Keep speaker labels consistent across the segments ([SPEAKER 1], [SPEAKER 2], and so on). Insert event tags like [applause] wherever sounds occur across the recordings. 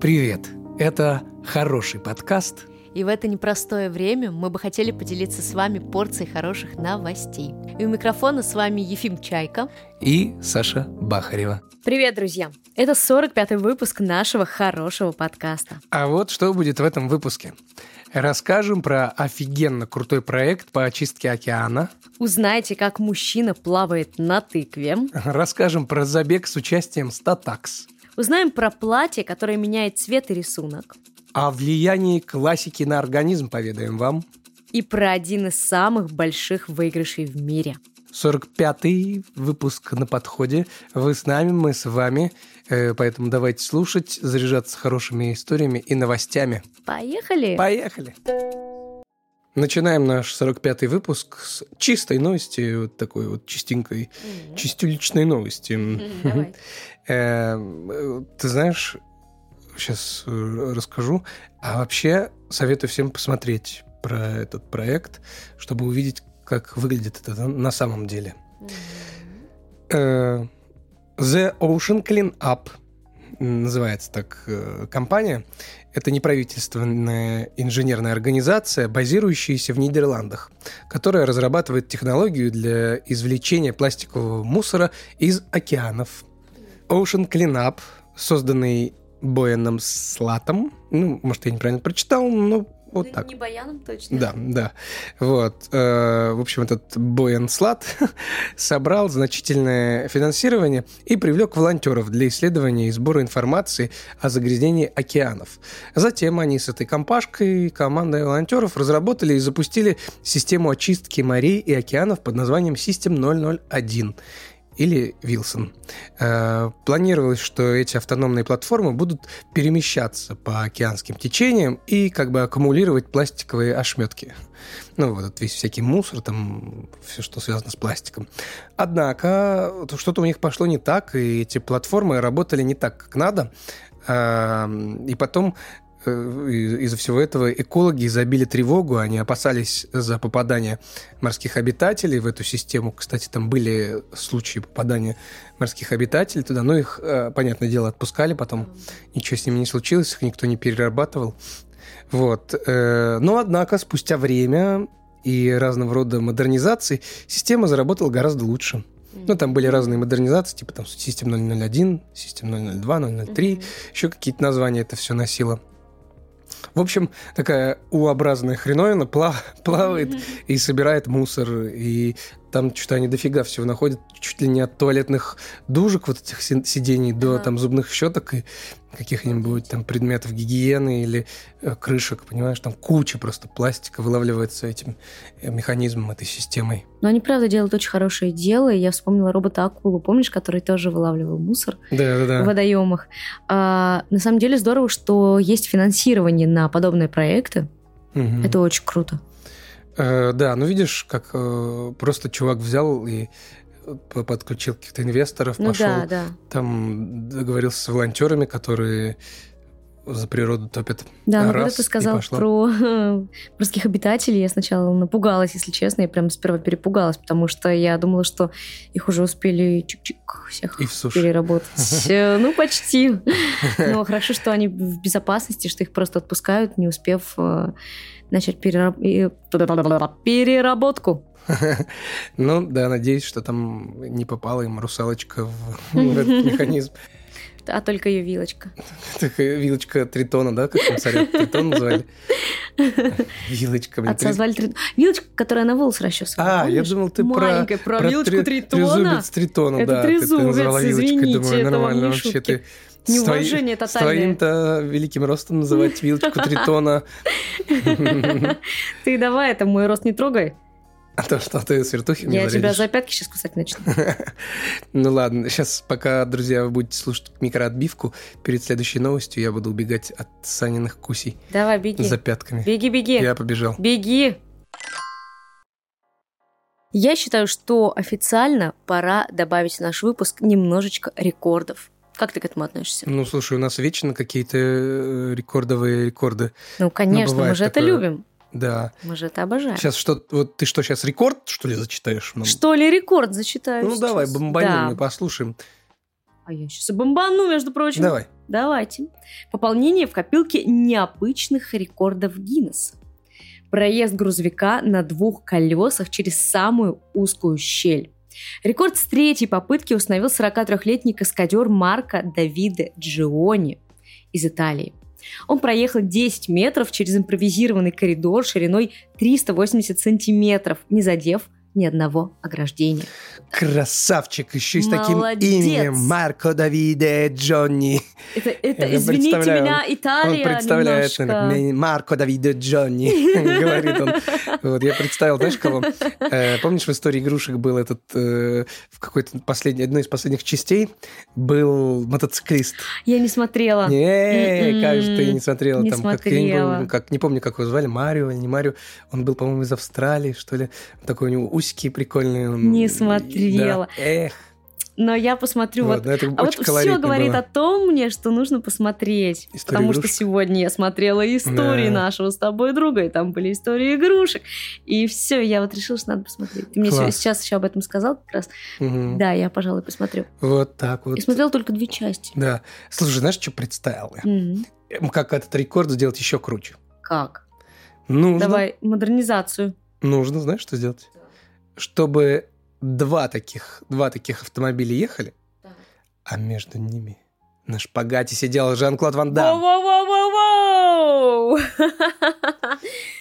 [SPEAKER 1] Привет! Это «Хороший подкаст»
[SPEAKER 2] И в это непростое время мы бы хотели поделиться с вами порцией хороших новостей. И у микрофона с вами Ефим Чайка.
[SPEAKER 1] и Саша Бахарева.
[SPEAKER 2] Привет, друзья! Это 45-й выпуск нашего хорошего подкаста.
[SPEAKER 1] А вот что будет в этом выпуске. Расскажем про офигенно крутой проект по очистке океана,
[SPEAKER 2] Узнаете, как мужчина плавает на тыкве.
[SPEAKER 1] расскажем про забег с участием статакс,
[SPEAKER 2] Узнаем про платье, которое меняет цвет и рисунок.
[SPEAKER 1] о влиянии классики на организм поведаем вам,
[SPEAKER 2] И про один из самых больших выигрышей в мире.
[SPEAKER 1] 45-й выпуск на подходе. Вы с нами, мы с вами. Э, Поэтому давайте слушать, заряжаться хорошими историями и новостями.
[SPEAKER 2] Поехали!
[SPEAKER 1] Поехали! Начинаем наш 45-й выпуск с чистой новости, вот такой вот чистенькой,
[SPEAKER 2] Мгм.
[SPEAKER 1] чистюличной новости.
[SPEAKER 2] Мгм, давай.
[SPEAKER 1] Эм, э, Ты знаешь, сейчас расскажу. А вообще советую всем посмотреть про этот проект, чтобы увидеть, как выглядит это на- на самом деле. Э, The Ocean Clean Up м, называется так э, компания. Это неправительственная инженерная организация, базирующаяся в Нидерландах, которая разрабатывает технологию для извлечения пластикового мусора из океанов. Ocean Clean Up, созданный Боэном Слатом, ну, может, я неправильно прочитал, но вот так.
[SPEAKER 2] Ну, Не баяном точно.
[SPEAKER 1] Да, да. Вот. э, В общем, этот Боян Слат [laughs] собрал значительное финансирование и привлек волонтеров для исследования и сбора информации о загрязнении океанов. Затем они с этой компашкой, командой волонтеров разработали и запустили систему очистки морей и океанов под названием System 001 или Вилсон. Э, Планировалось, что эти автономные платформы будут перемещаться по океанским течениям и как бы аккумулировать пластиковые ошметки. Ну, вот этот весь всякий мусор, там, все, что связано с пластиком. Однако, то что-то у них пошло не так, и эти платформы работали не так, как надо. Эм, И потом э, и- из-за всего этого экологи забили тревогу, они опасались за попадание морских обитателей в эту систему. Кстати, там были случаи попадания морских обитателей туда, но их, э, понятное дело, отпускали потом ничего с ними не случилось, их никто не перерабатывал. Вот. э, Но, однако, спустя время и разного рода модернизаций система заработала гораздо лучше. Ну, там были разные модернизации, типа там System 001, System 002, 003, еще какие-то названия это все носило. В общем, такая U-образная хреновина пла- [laughs] плавает и собирает мусор, и там что-то они дофига всего находят, чуть ли не от туалетных дужек вот этих си- сидений до
[SPEAKER 2] Ага.
[SPEAKER 1] там зубных щеток и каких-нибудь там предметов гигиены или э, крышек, понимаешь, там куча просто пластика вылавливается этим э, механизмом, этой системой.
[SPEAKER 2] Но они, правда, делают очень хорошее дело. И я вспомнила робота-акулу, помнишь, который тоже вылавливал мусор? в
[SPEAKER 1] Да-да-да.
[SPEAKER 2] водоемах. А, на самом деле здорово, что есть финансирование на подобные проекты.
[SPEAKER 1] Мгм.
[SPEAKER 2] Это очень круто.
[SPEAKER 1] Э, Да, ну видишь, как э, просто чувак взял и э, п- подключил каких-то инвесторов,
[SPEAKER 2] Ну
[SPEAKER 1] пошел
[SPEAKER 2] да, да.
[SPEAKER 1] там договорился с волонтерами, которые за природу топят.
[SPEAKER 2] Да, но когда
[SPEAKER 1] Раз,
[SPEAKER 2] ты
[SPEAKER 1] и
[SPEAKER 2] сказал
[SPEAKER 1] пошла.
[SPEAKER 2] про э, морских обитателей, я сначала напугалась, если честно. Я прям сперва перепугалась, потому что я думала, что их уже успели чик-чик всех
[SPEAKER 1] И в суше. [laughs]
[SPEAKER 2] переработать. Э, Ну, почти. Но хорошо, что они в безопасности, что их просто отпускают, не успев э, начать перераб- и- переработку.
[SPEAKER 1] Ну да, надеюсь, что там не попала им русалочка в, [laughs] в этот механизм.
[SPEAKER 2] А только ее вилочка.
[SPEAKER 1] Такая вилочка тритона, да, как там царя тритон звали? Вилочка, блин.
[SPEAKER 2] Отца
[SPEAKER 1] три-
[SPEAKER 2] звали Тритон. Вилочка, которая на волос расчесывала.
[SPEAKER 1] А, я думал, ты про...
[SPEAKER 2] Маленькая, про,
[SPEAKER 1] про
[SPEAKER 2] вилочку
[SPEAKER 1] три-
[SPEAKER 2] Тритона.
[SPEAKER 1] Трезубец тритона,
[SPEAKER 2] Это
[SPEAKER 1] да. ты-
[SPEAKER 2] трезубец,
[SPEAKER 1] ты назвала вилочкой,
[SPEAKER 2] извините,
[SPEAKER 1] думаю, ну
[SPEAKER 2] это вам
[SPEAKER 1] нормально
[SPEAKER 2] не
[SPEAKER 1] вообще.
[SPEAKER 2] шутки.
[SPEAKER 1] Ты с твоей-
[SPEAKER 2] Неуважение
[SPEAKER 1] с
[SPEAKER 2] тотальное.
[SPEAKER 1] твоим-то великим ростом называть
[SPEAKER 2] [laughs]
[SPEAKER 1] вилочку тритона.
[SPEAKER 2] [laughs] Ты давай, это мой рост не трогай.
[SPEAKER 1] А то, что ты свертухи мне
[SPEAKER 2] Я тебя
[SPEAKER 1] зарядишь.
[SPEAKER 2] за пятки сейчас кусать начну.
[SPEAKER 1] [laughs] Ну ладно, сейчас пока, друзья, вы будете слушать микроотбивку, перед следующей новостью я буду убегать от Саниных кусей
[SPEAKER 2] Давай, беги.
[SPEAKER 1] за пятками.
[SPEAKER 2] Беги, беги.
[SPEAKER 1] Я побежал.
[SPEAKER 2] Беги. Я считаю, что официально пора добавить в наш выпуск немножечко рекордов. Как ты к этому относишься?
[SPEAKER 1] Ну, слушай, у нас вечно какие-то э, рекордовые рекорды.
[SPEAKER 2] Ну, конечно, мы
[SPEAKER 1] бывает
[SPEAKER 2] же это
[SPEAKER 1] такое.
[SPEAKER 2] любим.
[SPEAKER 1] Да.
[SPEAKER 2] Мы же это обожаем.
[SPEAKER 1] Сейчас что, вот ты что, сейчас рекорд, что ли, зачитаешь? нам?
[SPEAKER 2] Что ли рекорд зачитаю
[SPEAKER 1] Ну, давай,
[SPEAKER 2] сейчас?
[SPEAKER 1] бомбанем
[SPEAKER 2] Да.
[SPEAKER 1] и послушаем.
[SPEAKER 2] А я сейчас бомбану, между прочим.
[SPEAKER 1] Давай.
[SPEAKER 2] Давайте. Пополнение в копилке необычных рекордов Гиннесса. Проезд грузовика на двух колесах через самую узкую щель. Рекорд с третьей попытки установил 43-летний каскадер Марко Давиде Джиони из Италии. Он проехал 10 метров через импровизированный коридор шириной 380 сантиметров, не задев ни одного ограждения.
[SPEAKER 1] Красавчик, еще и с таким
[SPEAKER 2] Молодец.
[SPEAKER 1] именем Марко Давиде Джонни.
[SPEAKER 2] Это, это,
[SPEAKER 1] Я
[SPEAKER 2] извините
[SPEAKER 1] представляю,
[SPEAKER 2] меня, Италия
[SPEAKER 1] Он представляет,
[SPEAKER 2] немножко.
[SPEAKER 1] наверное, Марко Давиде Джонни, [laughs] говорит он. Вот я представил, знаешь, кого? Э, Помнишь, в истории игрушек был этот, э, в какой-то последней, одной из последних частей был мотоциклист.
[SPEAKER 2] Я не смотрела.
[SPEAKER 1] Не, как же ты не смотрела
[SPEAKER 2] А. М-м-м. Не
[SPEAKER 1] там, как, я не,
[SPEAKER 2] смотрела.
[SPEAKER 1] помню, как- не помню, как его звали, Марио или не Марио. Он был, по-моему, из Австралии, что ли. Такой у него усики прикольные. он-
[SPEAKER 2] Не
[SPEAKER 1] да.
[SPEAKER 2] смотрела.
[SPEAKER 1] Эх,
[SPEAKER 2] Но я посмотрю вот.
[SPEAKER 1] ладно, это
[SPEAKER 2] А вот
[SPEAKER 1] очень
[SPEAKER 2] все
[SPEAKER 1] колоритно
[SPEAKER 2] говорит
[SPEAKER 1] было.
[SPEAKER 2] о том мне, что нужно посмотреть.
[SPEAKER 1] Историю
[SPEAKER 2] потому
[SPEAKER 1] игрушек.
[SPEAKER 2] что сегодня я смотрела истории
[SPEAKER 1] Да.
[SPEAKER 2] нашего с тобой друга, и там были истории игрушек. И все, я вот решила, что надо посмотреть. Ты мне
[SPEAKER 1] Класс.
[SPEAKER 2] сё- сейчас еще об этом сказал как раз.
[SPEAKER 1] Мгм.
[SPEAKER 2] Да, я, пожалуй, посмотрю.
[SPEAKER 1] Вот так вот.
[SPEAKER 2] И смотрела только две части.
[SPEAKER 1] Да. Слушай, знаешь, что представил я?
[SPEAKER 2] Мгм.
[SPEAKER 1] Эм, Как этот рекорд сделать еще круче?
[SPEAKER 2] Как?
[SPEAKER 1] Нужно,
[SPEAKER 2] Давай модернизацию.
[SPEAKER 1] нужно, знаешь, что сделать? Чтобы два таких, два таких автомобиля ехали, а между ними на шпагате сидел Жан-Клод Ван Дамм.
[SPEAKER 2] Воу-воу-воу-воу-воу!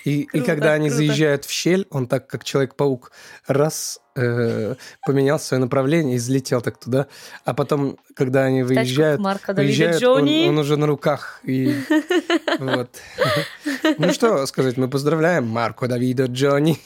[SPEAKER 1] И, и
[SPEAKER 2] Круто,
[SPEAKER 1] когда они
[SPEAKER 2] круто.
[SPEAKER 1] заезжают в щель, он так, как Человек-паук, раз э, поменял свое направление и взлетел так туда. А потом, когда они
[SPEAKER 2] Тачка
[SPEAKER 1] выезжают,
[SPEAKER 2] Марка Давида
[SPEAKER 1] выезжают он,
[SPEAKER 2] Джонни.
[SPEAKER 1] он уже на руках.
[SPEAKER 2] [laughs]
[SPEAKER 1] И, вот. Ну что сказать, мы поздравляем Марко Давида
[SPEAKER 2] [laughs]
[SPEAKER 1] Джонни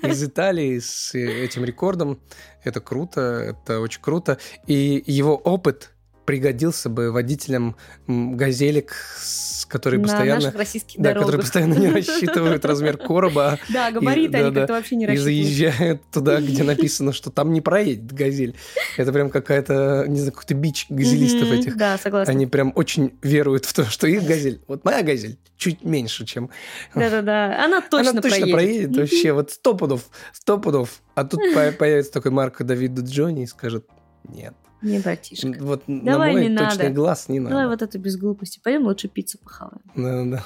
[SPEAKER 1] из Италии с э, этим рекордом. Это круто, это очень круто. И его опыт пригодился бы водителям м, газелек, с- которые
[SPEAKER 2] На
[SPEAKER 1] постоянно
[SPEAKER 2] наших российских
[SPEAKER 1] да, которые
[SPEAKER 2] дорогах.
[SPEAKER 1] постоянно
[SPEAKER 2] [laughs]
[SPEAKER 1] не рассчитывают размер короба
[SPEAKER 2] Да, габариты
[SPEAKER 1] И-
[SPEAKER 2] они
[SPEAKER 1] да-да.
[SPEAKER 2] как-то вообще не
[SPEAKER 1] и
[SPEAKER 2] рассчитывают.
[SPEAKER 1] заезжают
[SPEAKER 2] [laughs]
[SPEAKER 1] туда, где написано, что там не проедет газель. Это прям какая-то, не знаю, какой-то бич газелистов
[SPEAKER 2] Мгм,
[SPEAKER 1] этих.
[SPEAKER 2] Да, согласна.
[SPEAKER 1] Они прям очень веруют в то, что их газель, вот моя газель, чуть меньше, чем...
[SPEAKER 2] Да-да-да, она точно,
[SPEAKER 1] Она точно проедет вообще, вот сто пудов, сто пудов. А
[SPEAKER 2] [laughs]
[SPEAKER 1] тут по- появится такой Марко Давиду Джонни и скажет, нет,
[SPEAKER 2] Не, братишка.
[SPEAKER 1] вот
[SPEAKER 2] Давай
[SPEAKER 1] на мой
[SPEAKER 2] не надо.
[SPEAKER 1] точный глаз не
[SPEAKER 2] Давай
[SPEAKER 1] надо.
[SPEAKER 2] вот эту без глупости. Пойдем лучше пиццу похаваем. [laughs]
[SPEAKER 1] Да-да-да.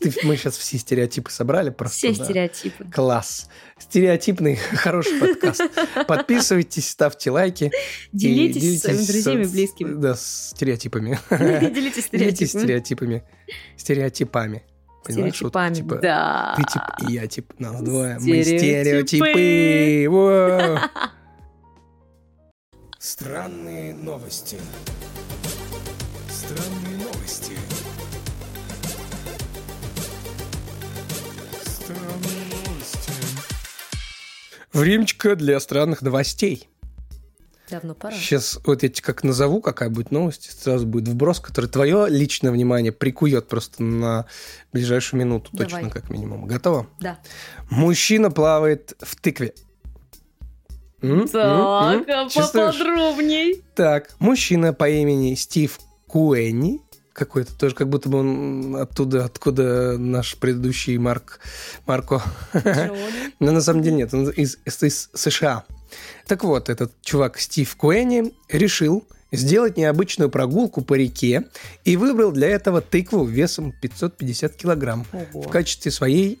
[SPEAKER 1] Ты- Мы сейчас все стереотипы собрали [laughs] просто.
[SPEAKER 2] Все
[SPEAKER 1] да.
[SPEAKER 2] стереотипы.
[SPEAKER 1] Класс. Стереотипный [laughs] хороший подкаст. Подписывайтесь, ставьте лайки. и
[SPEAKER 2] Делитесь со своими друзьями и
[SPEAKER 1] с- [laughs]
[SPEAKER 2] близкими. [laughs]
[SPEAKER 1] Да, с стереотипами.
[SPEAKER 2] Делитесь
[SPEAKER 1] Делитесь
[SPEAKER 2] стереотипами.
[SPEAKER 1] стереотипами. Стереотипами. Понимаешь, вот
[SPEAKER 2] Стереотипами,
[SPEAKER 1] типа,
[SPEAKER 2] да.
[SPEAKER 1] Ты тип и я тип. Нас двое. Мы
[SPEAKER 2] Стереотипы.
[SPEAKER 1] стереотипы. Воу. Странные новости. Странные новости. Странные новости. Времечко для странных новостей.
[SPEAKER 2] Давно пора.
[SPEAKER 1] Сейчас вот я тебе как назову, какая будет новость, сразу будет вброс, который твое личное внимание прикует просто на ближайшую минуту,
[SPEAKER 2] Давай.
[SPEAKER 1] точно как минимум. Готово?
[SPEAKER 2] Да.
[SPEAKER 1] Мужчина плавает в тыкве. М? М? М?
[SPEAKER 2] Так, а
[SPEAKER 1] Чувствуешь? [laughs]
[SPEAKER 2] поподробней.
[SPEAKER 1] Так, мужчина по имени Стив Куэнни, какой-то тоже, как будто бы он оттуда, откуда наш предыдущий Марк, Марко.
[SPEAKER 2] Джонни.
[SPEAKER 1] Но на самом деле нет, он из, из- из США. Так вот, этот чувак Стив Куэнни решил сделать необычную прогулку по реке и выбрал для этого тыкву весом 550 килограмм в
[SPEAKER 2] Ого.
[SPEAKER 1] качестве своей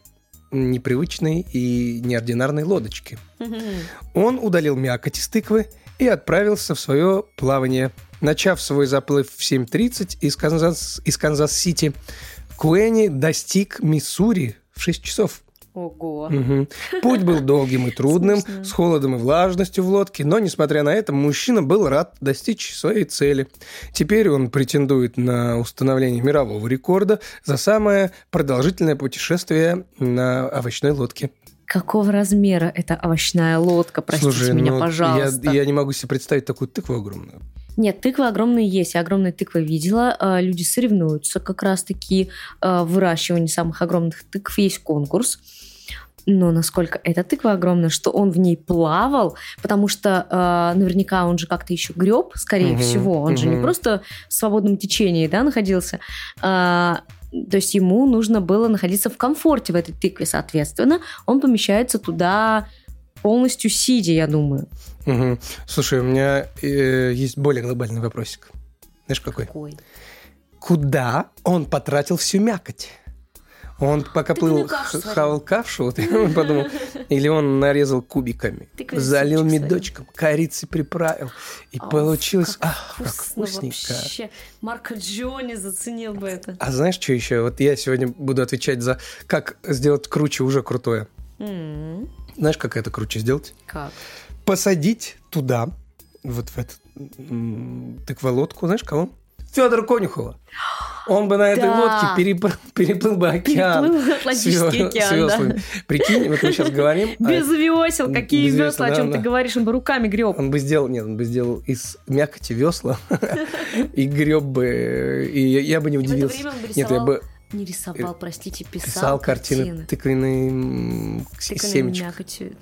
[SPEAKER 1] непривычной и неординарной лодочки. Он удалил мякоть из тыквы и отправился в свое плавание. Начав свой заплыв в 7.30 из, Канзас, из Канзас-Сити, Куэни достиг Миссури в 6 часов.
[SPEAKER 2] Ого.
[SPEAKER 1] Мгм. Путь был долгим и трудным,
[SPEAKER 2] Смешно.
[SPEAKER 1] с холодом и влажностью в лодке, но, несмотря на это, мужчина был рад достичь своей цели. Теперь он претендует на установление мирового рекорда за самое продолжительное путешествие на овощной лодке.
[SPEAKER 2] Какого размера эта овощная лодка? Простите меня,
[SPEAKER 1] ну,
[SPEAKER 2] пожалуйста.
[SPEAKER 1] Я, я не могу себе представить такую тыкву огромную.
[SPEAKER 2] Нет, тыквы огромные есть. Я огромные тыквы видела. А, Люди соревнуются как раз-таки а, в выращивании самых огромных тыкв. Есть конкурс. Но насколько эта тыква огромная, что он в ней плавал, потому что а, наверняка он же как-то еще греб, скорее
[SPEAKER 1] Мгм,
[SPEAKER 2] всего. Он же не
[SPEAKER 1] мгм.
[SPEAKER 2] просто в свободном течении да, находился. А, то есть ему нужно было находиться в комфорте в этой тыкве, соответственно. Он помещается туда полностью сидя, я думаю.
[SPEAKER 1] Мгм. Слушай, у меня э, есть более глобальный вопросик. Знаешь, какой?
[SPEAKER 2] Какой?
[SPEAKER 1] Куда он потратил всю мякоть? Он пока
[SPEAKER 2] Ты
[SPEAKER 1] плыл,
[SPEAKER 2] на кашу
[SPEAKER 1] х-
[SPEAKER 2] сварил.
[SPEAKER 1] хавал кашу, вот я
[SPEAKER 2] [laughs]
[SPEAKER 1] [laughs] подумал, или он нарезал кубиками,
[SPEAKER 2] Ты квасичек
[SPEAKER 1] залил
[SPEAKER 2] сварил.
[SPEAKER 1] медочком, корицей приправил, и
[SPEAKER 2] Ау,
[SPEAKER 1] получилось,
[SPEAKER 2] как
[SPEAKER 1] ах, как вкусненько.
[SPEAKER 2] вообще. Марко Джони заценил бы это.
[SPEAKER 1] А знаешь, что еще? Вот я сегодня буду отвечать за как сделать круче уже крутое.
[SPEAKER 2] М,
[SPEAKER 1] Знаешь, как это круче сделать?
[SPEAKER 2] Как?
[SPEAKER 1] Посадить туда, вот в эту м, тыкволодку, знаешь, кого? Федора Конюхова. Он бы на этой
[SPEAKER 2] Да.
[SPEAKER 1] лодке перепл- переплыл бы океан.
[SPEAKER 2] [laughs] Переплыл
[SPEAKER 1] с
[SPEAKER 2] Атлантический
[SPEAKER 1] ве- с
[SPEAKER 2] океан, да.
[SPEAKER 1] веслами. Прикинь, вот мы сейчас говорим. а
[SPEAKER 2] Без весел, какие
[SPEAKER 1] без
[SPEAKER 2] весла,
[SPEAKER 1] весел,
[SPEAKER 2] о чем
[SPEAKER 1] да,
[SPEAKER 2] ты
[SPEAKER 1] да.
[SPEAKER 2] говоришь, он бы руками греб.
[SPEAKER 1] Он бы сделал, нет, он бы сделал из мякоти весла [laughs] и греб бы, и я- я бы не
[SPEAKER 2] И в это
[SPEAKER 1] удивился.
[SPEAKER 2] время он бы
[SPEAKER 1] Нет, я
[SPEAKER 2] рисовал,
[SPEAKER 1] бы
[SPEAKER 2] не рисовал, простите, писал,
[SPEAKER 1] писал картины
[SPEAKER 2] картины.
[SPEAKER 1] тыквенные м, с-
[SPEAKER 2] Тыканными
[SPEAKER 1] семечек.
[SPEAKER 2] мякотью.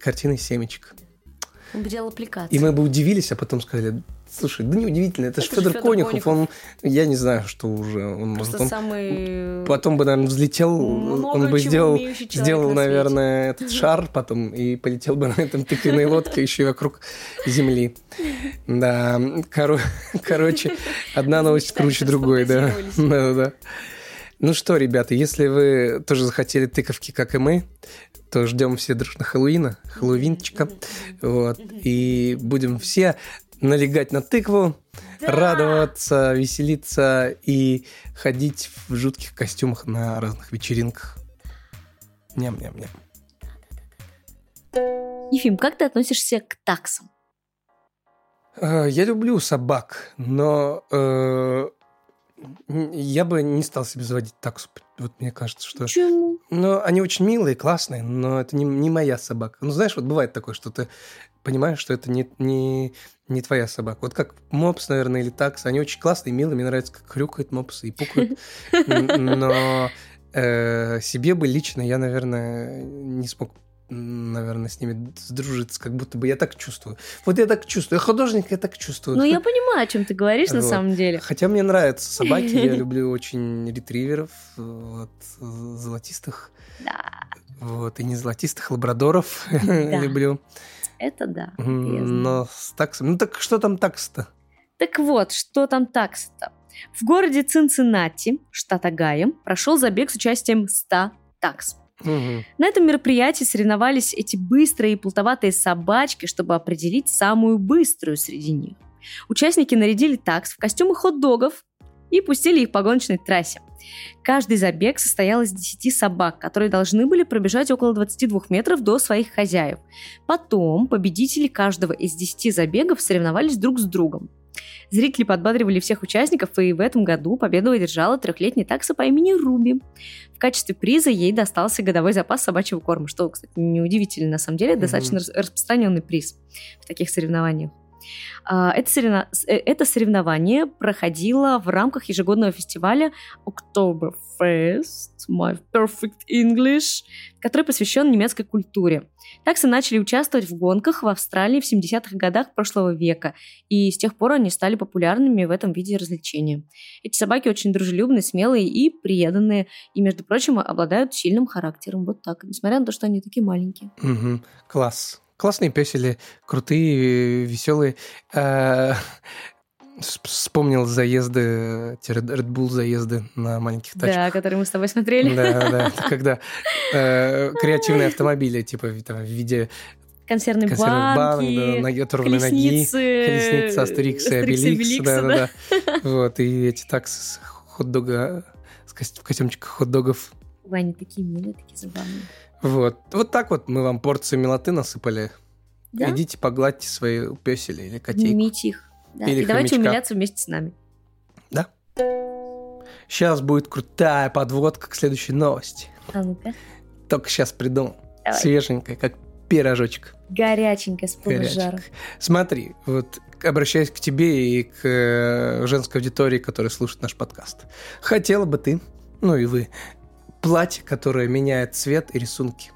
[SPEAKER 1] Картины семечек.
[SPEAKER 2] э, Он бы делал аппликации.
[SPEAKER 1] И мы бы удивились, а потом сказали, слушай, да не удивительно, это, же
[SPEAKER 2] Это же
[SPEAKER 1] Федор
[SPEAKER 2] Фёдор
[SPEAKER 1] Конюхов,
[SPEAKER 2] Конюхов.
[SPEAKER 1] он, я не знаю, что уже, он может,
[SPEAKER 2] Просто
[SPEAKER 1] он
[SPEAKER 2] самый...
[SPEAKER 1] потом бы, наверное, взлетел,
[SPEAKER 2] Много
[SPEAKER 1] он бы
[SPEAKER 2] чего
[SPEAKER 1] сделал,
[SPEAKER 2] умеющий человек
[SPEAKER 1] сделал,
[SPEAKER 2] на
[SPEAKER 1] наверное, этот шар потом и полетел бы на этом тыквенной лодке еще и вокруг Земли. Да, коро- короче, одна новость круче
[SPEAKER 2] Мечтали,
[SPEAKER 1] другой, да.
[SPEAKER 2] расфантазировались.
[SPEAKER 1] Да-да-да. Ну что, ребята, если вы тоже захотели тыковки, как и мы, то ждем все дружно Хэллоуина, Хэллоуинчика. Вот. И будем все налегать на тыкву,
[SPEAKER 2] Да!
[SPEAKER 1] радоваться, веселиться и ходить в жутких костюмах на разных вечеринках. Ням-ням-ням.
[SPEAKER 2] Ефим, как ты относишься к таксам?
[SPEAKER 1] Э, Я люблю собак, но э, н- я бы не стал себе заводить таксу. Вот мне кажется, что...
[SPEAKER 2] Почему?
[SPEAKER 1] Ну, они очень милые, классные, но это не, не моя собака. Ну, знаешь, вот бывает такое, что ты понимаешь, что это не, не, не твоя собака. Вот как мопс, наверное, или такс. Они очень классные, милые. Мне нравится, как хрюкают мопсы и пукают. Н- Но э, себе бы лично я, наверное, не смог м, наверное, с ними сдружиться, как будто бы я так чувствую. Вот я так чувствую. Я художник, я так чувствую.
[SPEAKER 2] Ну, я понимаю, о чем ты говоришь на
[SPEAKER 1] Вот.
[SPEAKER 2] самом деле.
[SPEAKER 1] Хотя мне нравятся собаки,
[SPEAKER 2] [laughs]
[SPEAKER 1] я люблю очень ретриверов, э, вот, з- золотистых.
[SPEAKER 2] Да,
[SPEAKER 1] Вот, и не золотистых лабрадоров [laughs]
[SPEAKER 2] Да.
[SPEAKER 1] люблю.
[SPEAKER 2] это да. это я знаю.
[SPEAKER 1] Но с таксом... Ну так что там такс-то?
[SPEAKER 2] Так вот, что там такса-то? В городе Цинциннати, штат Огайо, прошел забег с участием 100 такс.
[SPEAKER 1] Мгм.
[SPEAKER 2] На этом мероприятии соревновались эти быстрые и плутоватые собачки, чтобы определить самую быструю среди них. Участники нарядили такс в костюмы хот-догов и пустили их по гоночной трассе. Каждый забег состоял из 10 собак, которые должны были пробежать около 22 метров до своих хозяев. Потом победители каждого из 10 забегов соревновались друг с другом. Зрители подбадривали всех участников, и в этом году победу одержала трехлетняя такса по имени Руби. В качестве приза ей достался годовой запас собачьего корма, что, кстати, неудивительно на самом деле,
[SPEAKER 1] Мгм.
[SPEAKER 2] достаточно рас- распространенный приз в таких соревнованиях. А, Это, соревна- с- э, это соревнование проходило в рамках ежегодного фестиваля Oktoberfest, My Perfect English, который посвящен немецкой культуре. Таксы начали участвовать в гонках в Австралии в 70-х годах прошлого века, и с тех пор они стали популярными в этом виде развлечения. Эти собаки очень дружелюбные, смелые и преданные, и, между прочим, обладают сильным характером. Вот так, несмотря на то, что они такие маленькие.
[SPEAKER 1] Мгм. Класс. Классные песели, крутые, веселые. Э, Вспомнил заезды, тире Red Bull заезды на маленьких тачках.
[SPEAKER 2] Да, которые мы с тобой смотрели.
[SPEAKER 1] Да, да, это когда э, креативные автомобили, типа там, в виде
[SPEAKER 2] [laughs] Консервные
[SPEAKER 1] консервных банок, да,
[SPEAKER 2] банки,
[SPEAKER 1] ноги, оторванной ноги.
[SPEAKER 2] колесницы.
[SPEAKER 1] Колесница Астерикса и Обеликс.
[SPEAKER 2] Обеликса, да.
[SPEAKER 1] Да-да-да. Вот, и эти таксы с хот-дога, с кост- в костюмчиках хот-догов.
[SPEAKER 2] Ой, они такие милые, такие забавные.
[SPEAKER 1] Вот. Вот так вот мы вам порцию милоты насыпали.
[SPEAKER 2] Да?
[SPEAKER 1] Идите погладьте свои песели или котейку.
[SPEAKER 2] Мимите их. Да.
[SPEAKER 1] Или
[SPEAKER 2] И давайте
[SPEAKER 1] хомячка.
[SPEAKER 2] умиляться вместе с нами.
[SPEAKER 1] Сейчас будет крутая подводка к следующей новости.
[SPEAKER 2] А ну-ка.
[SPEAKER 1] Только сейчас придумал.
[SPEAKER 2] Давай.
[SPEAKER 1] Свеженькая, как пирожочек.
[SPEAKER 2] Горяченько с
[SPEAKER 1] Горячек.
[SPEAKER 2] полужаром.
[SPEAKER 1] Смотри, вот к- обращаюсь к тебе и к э, женской аудитории, которая слушает наш подкаст. Хотела бы ты, ну и вы, платье, которое меняет цвет и рисунки.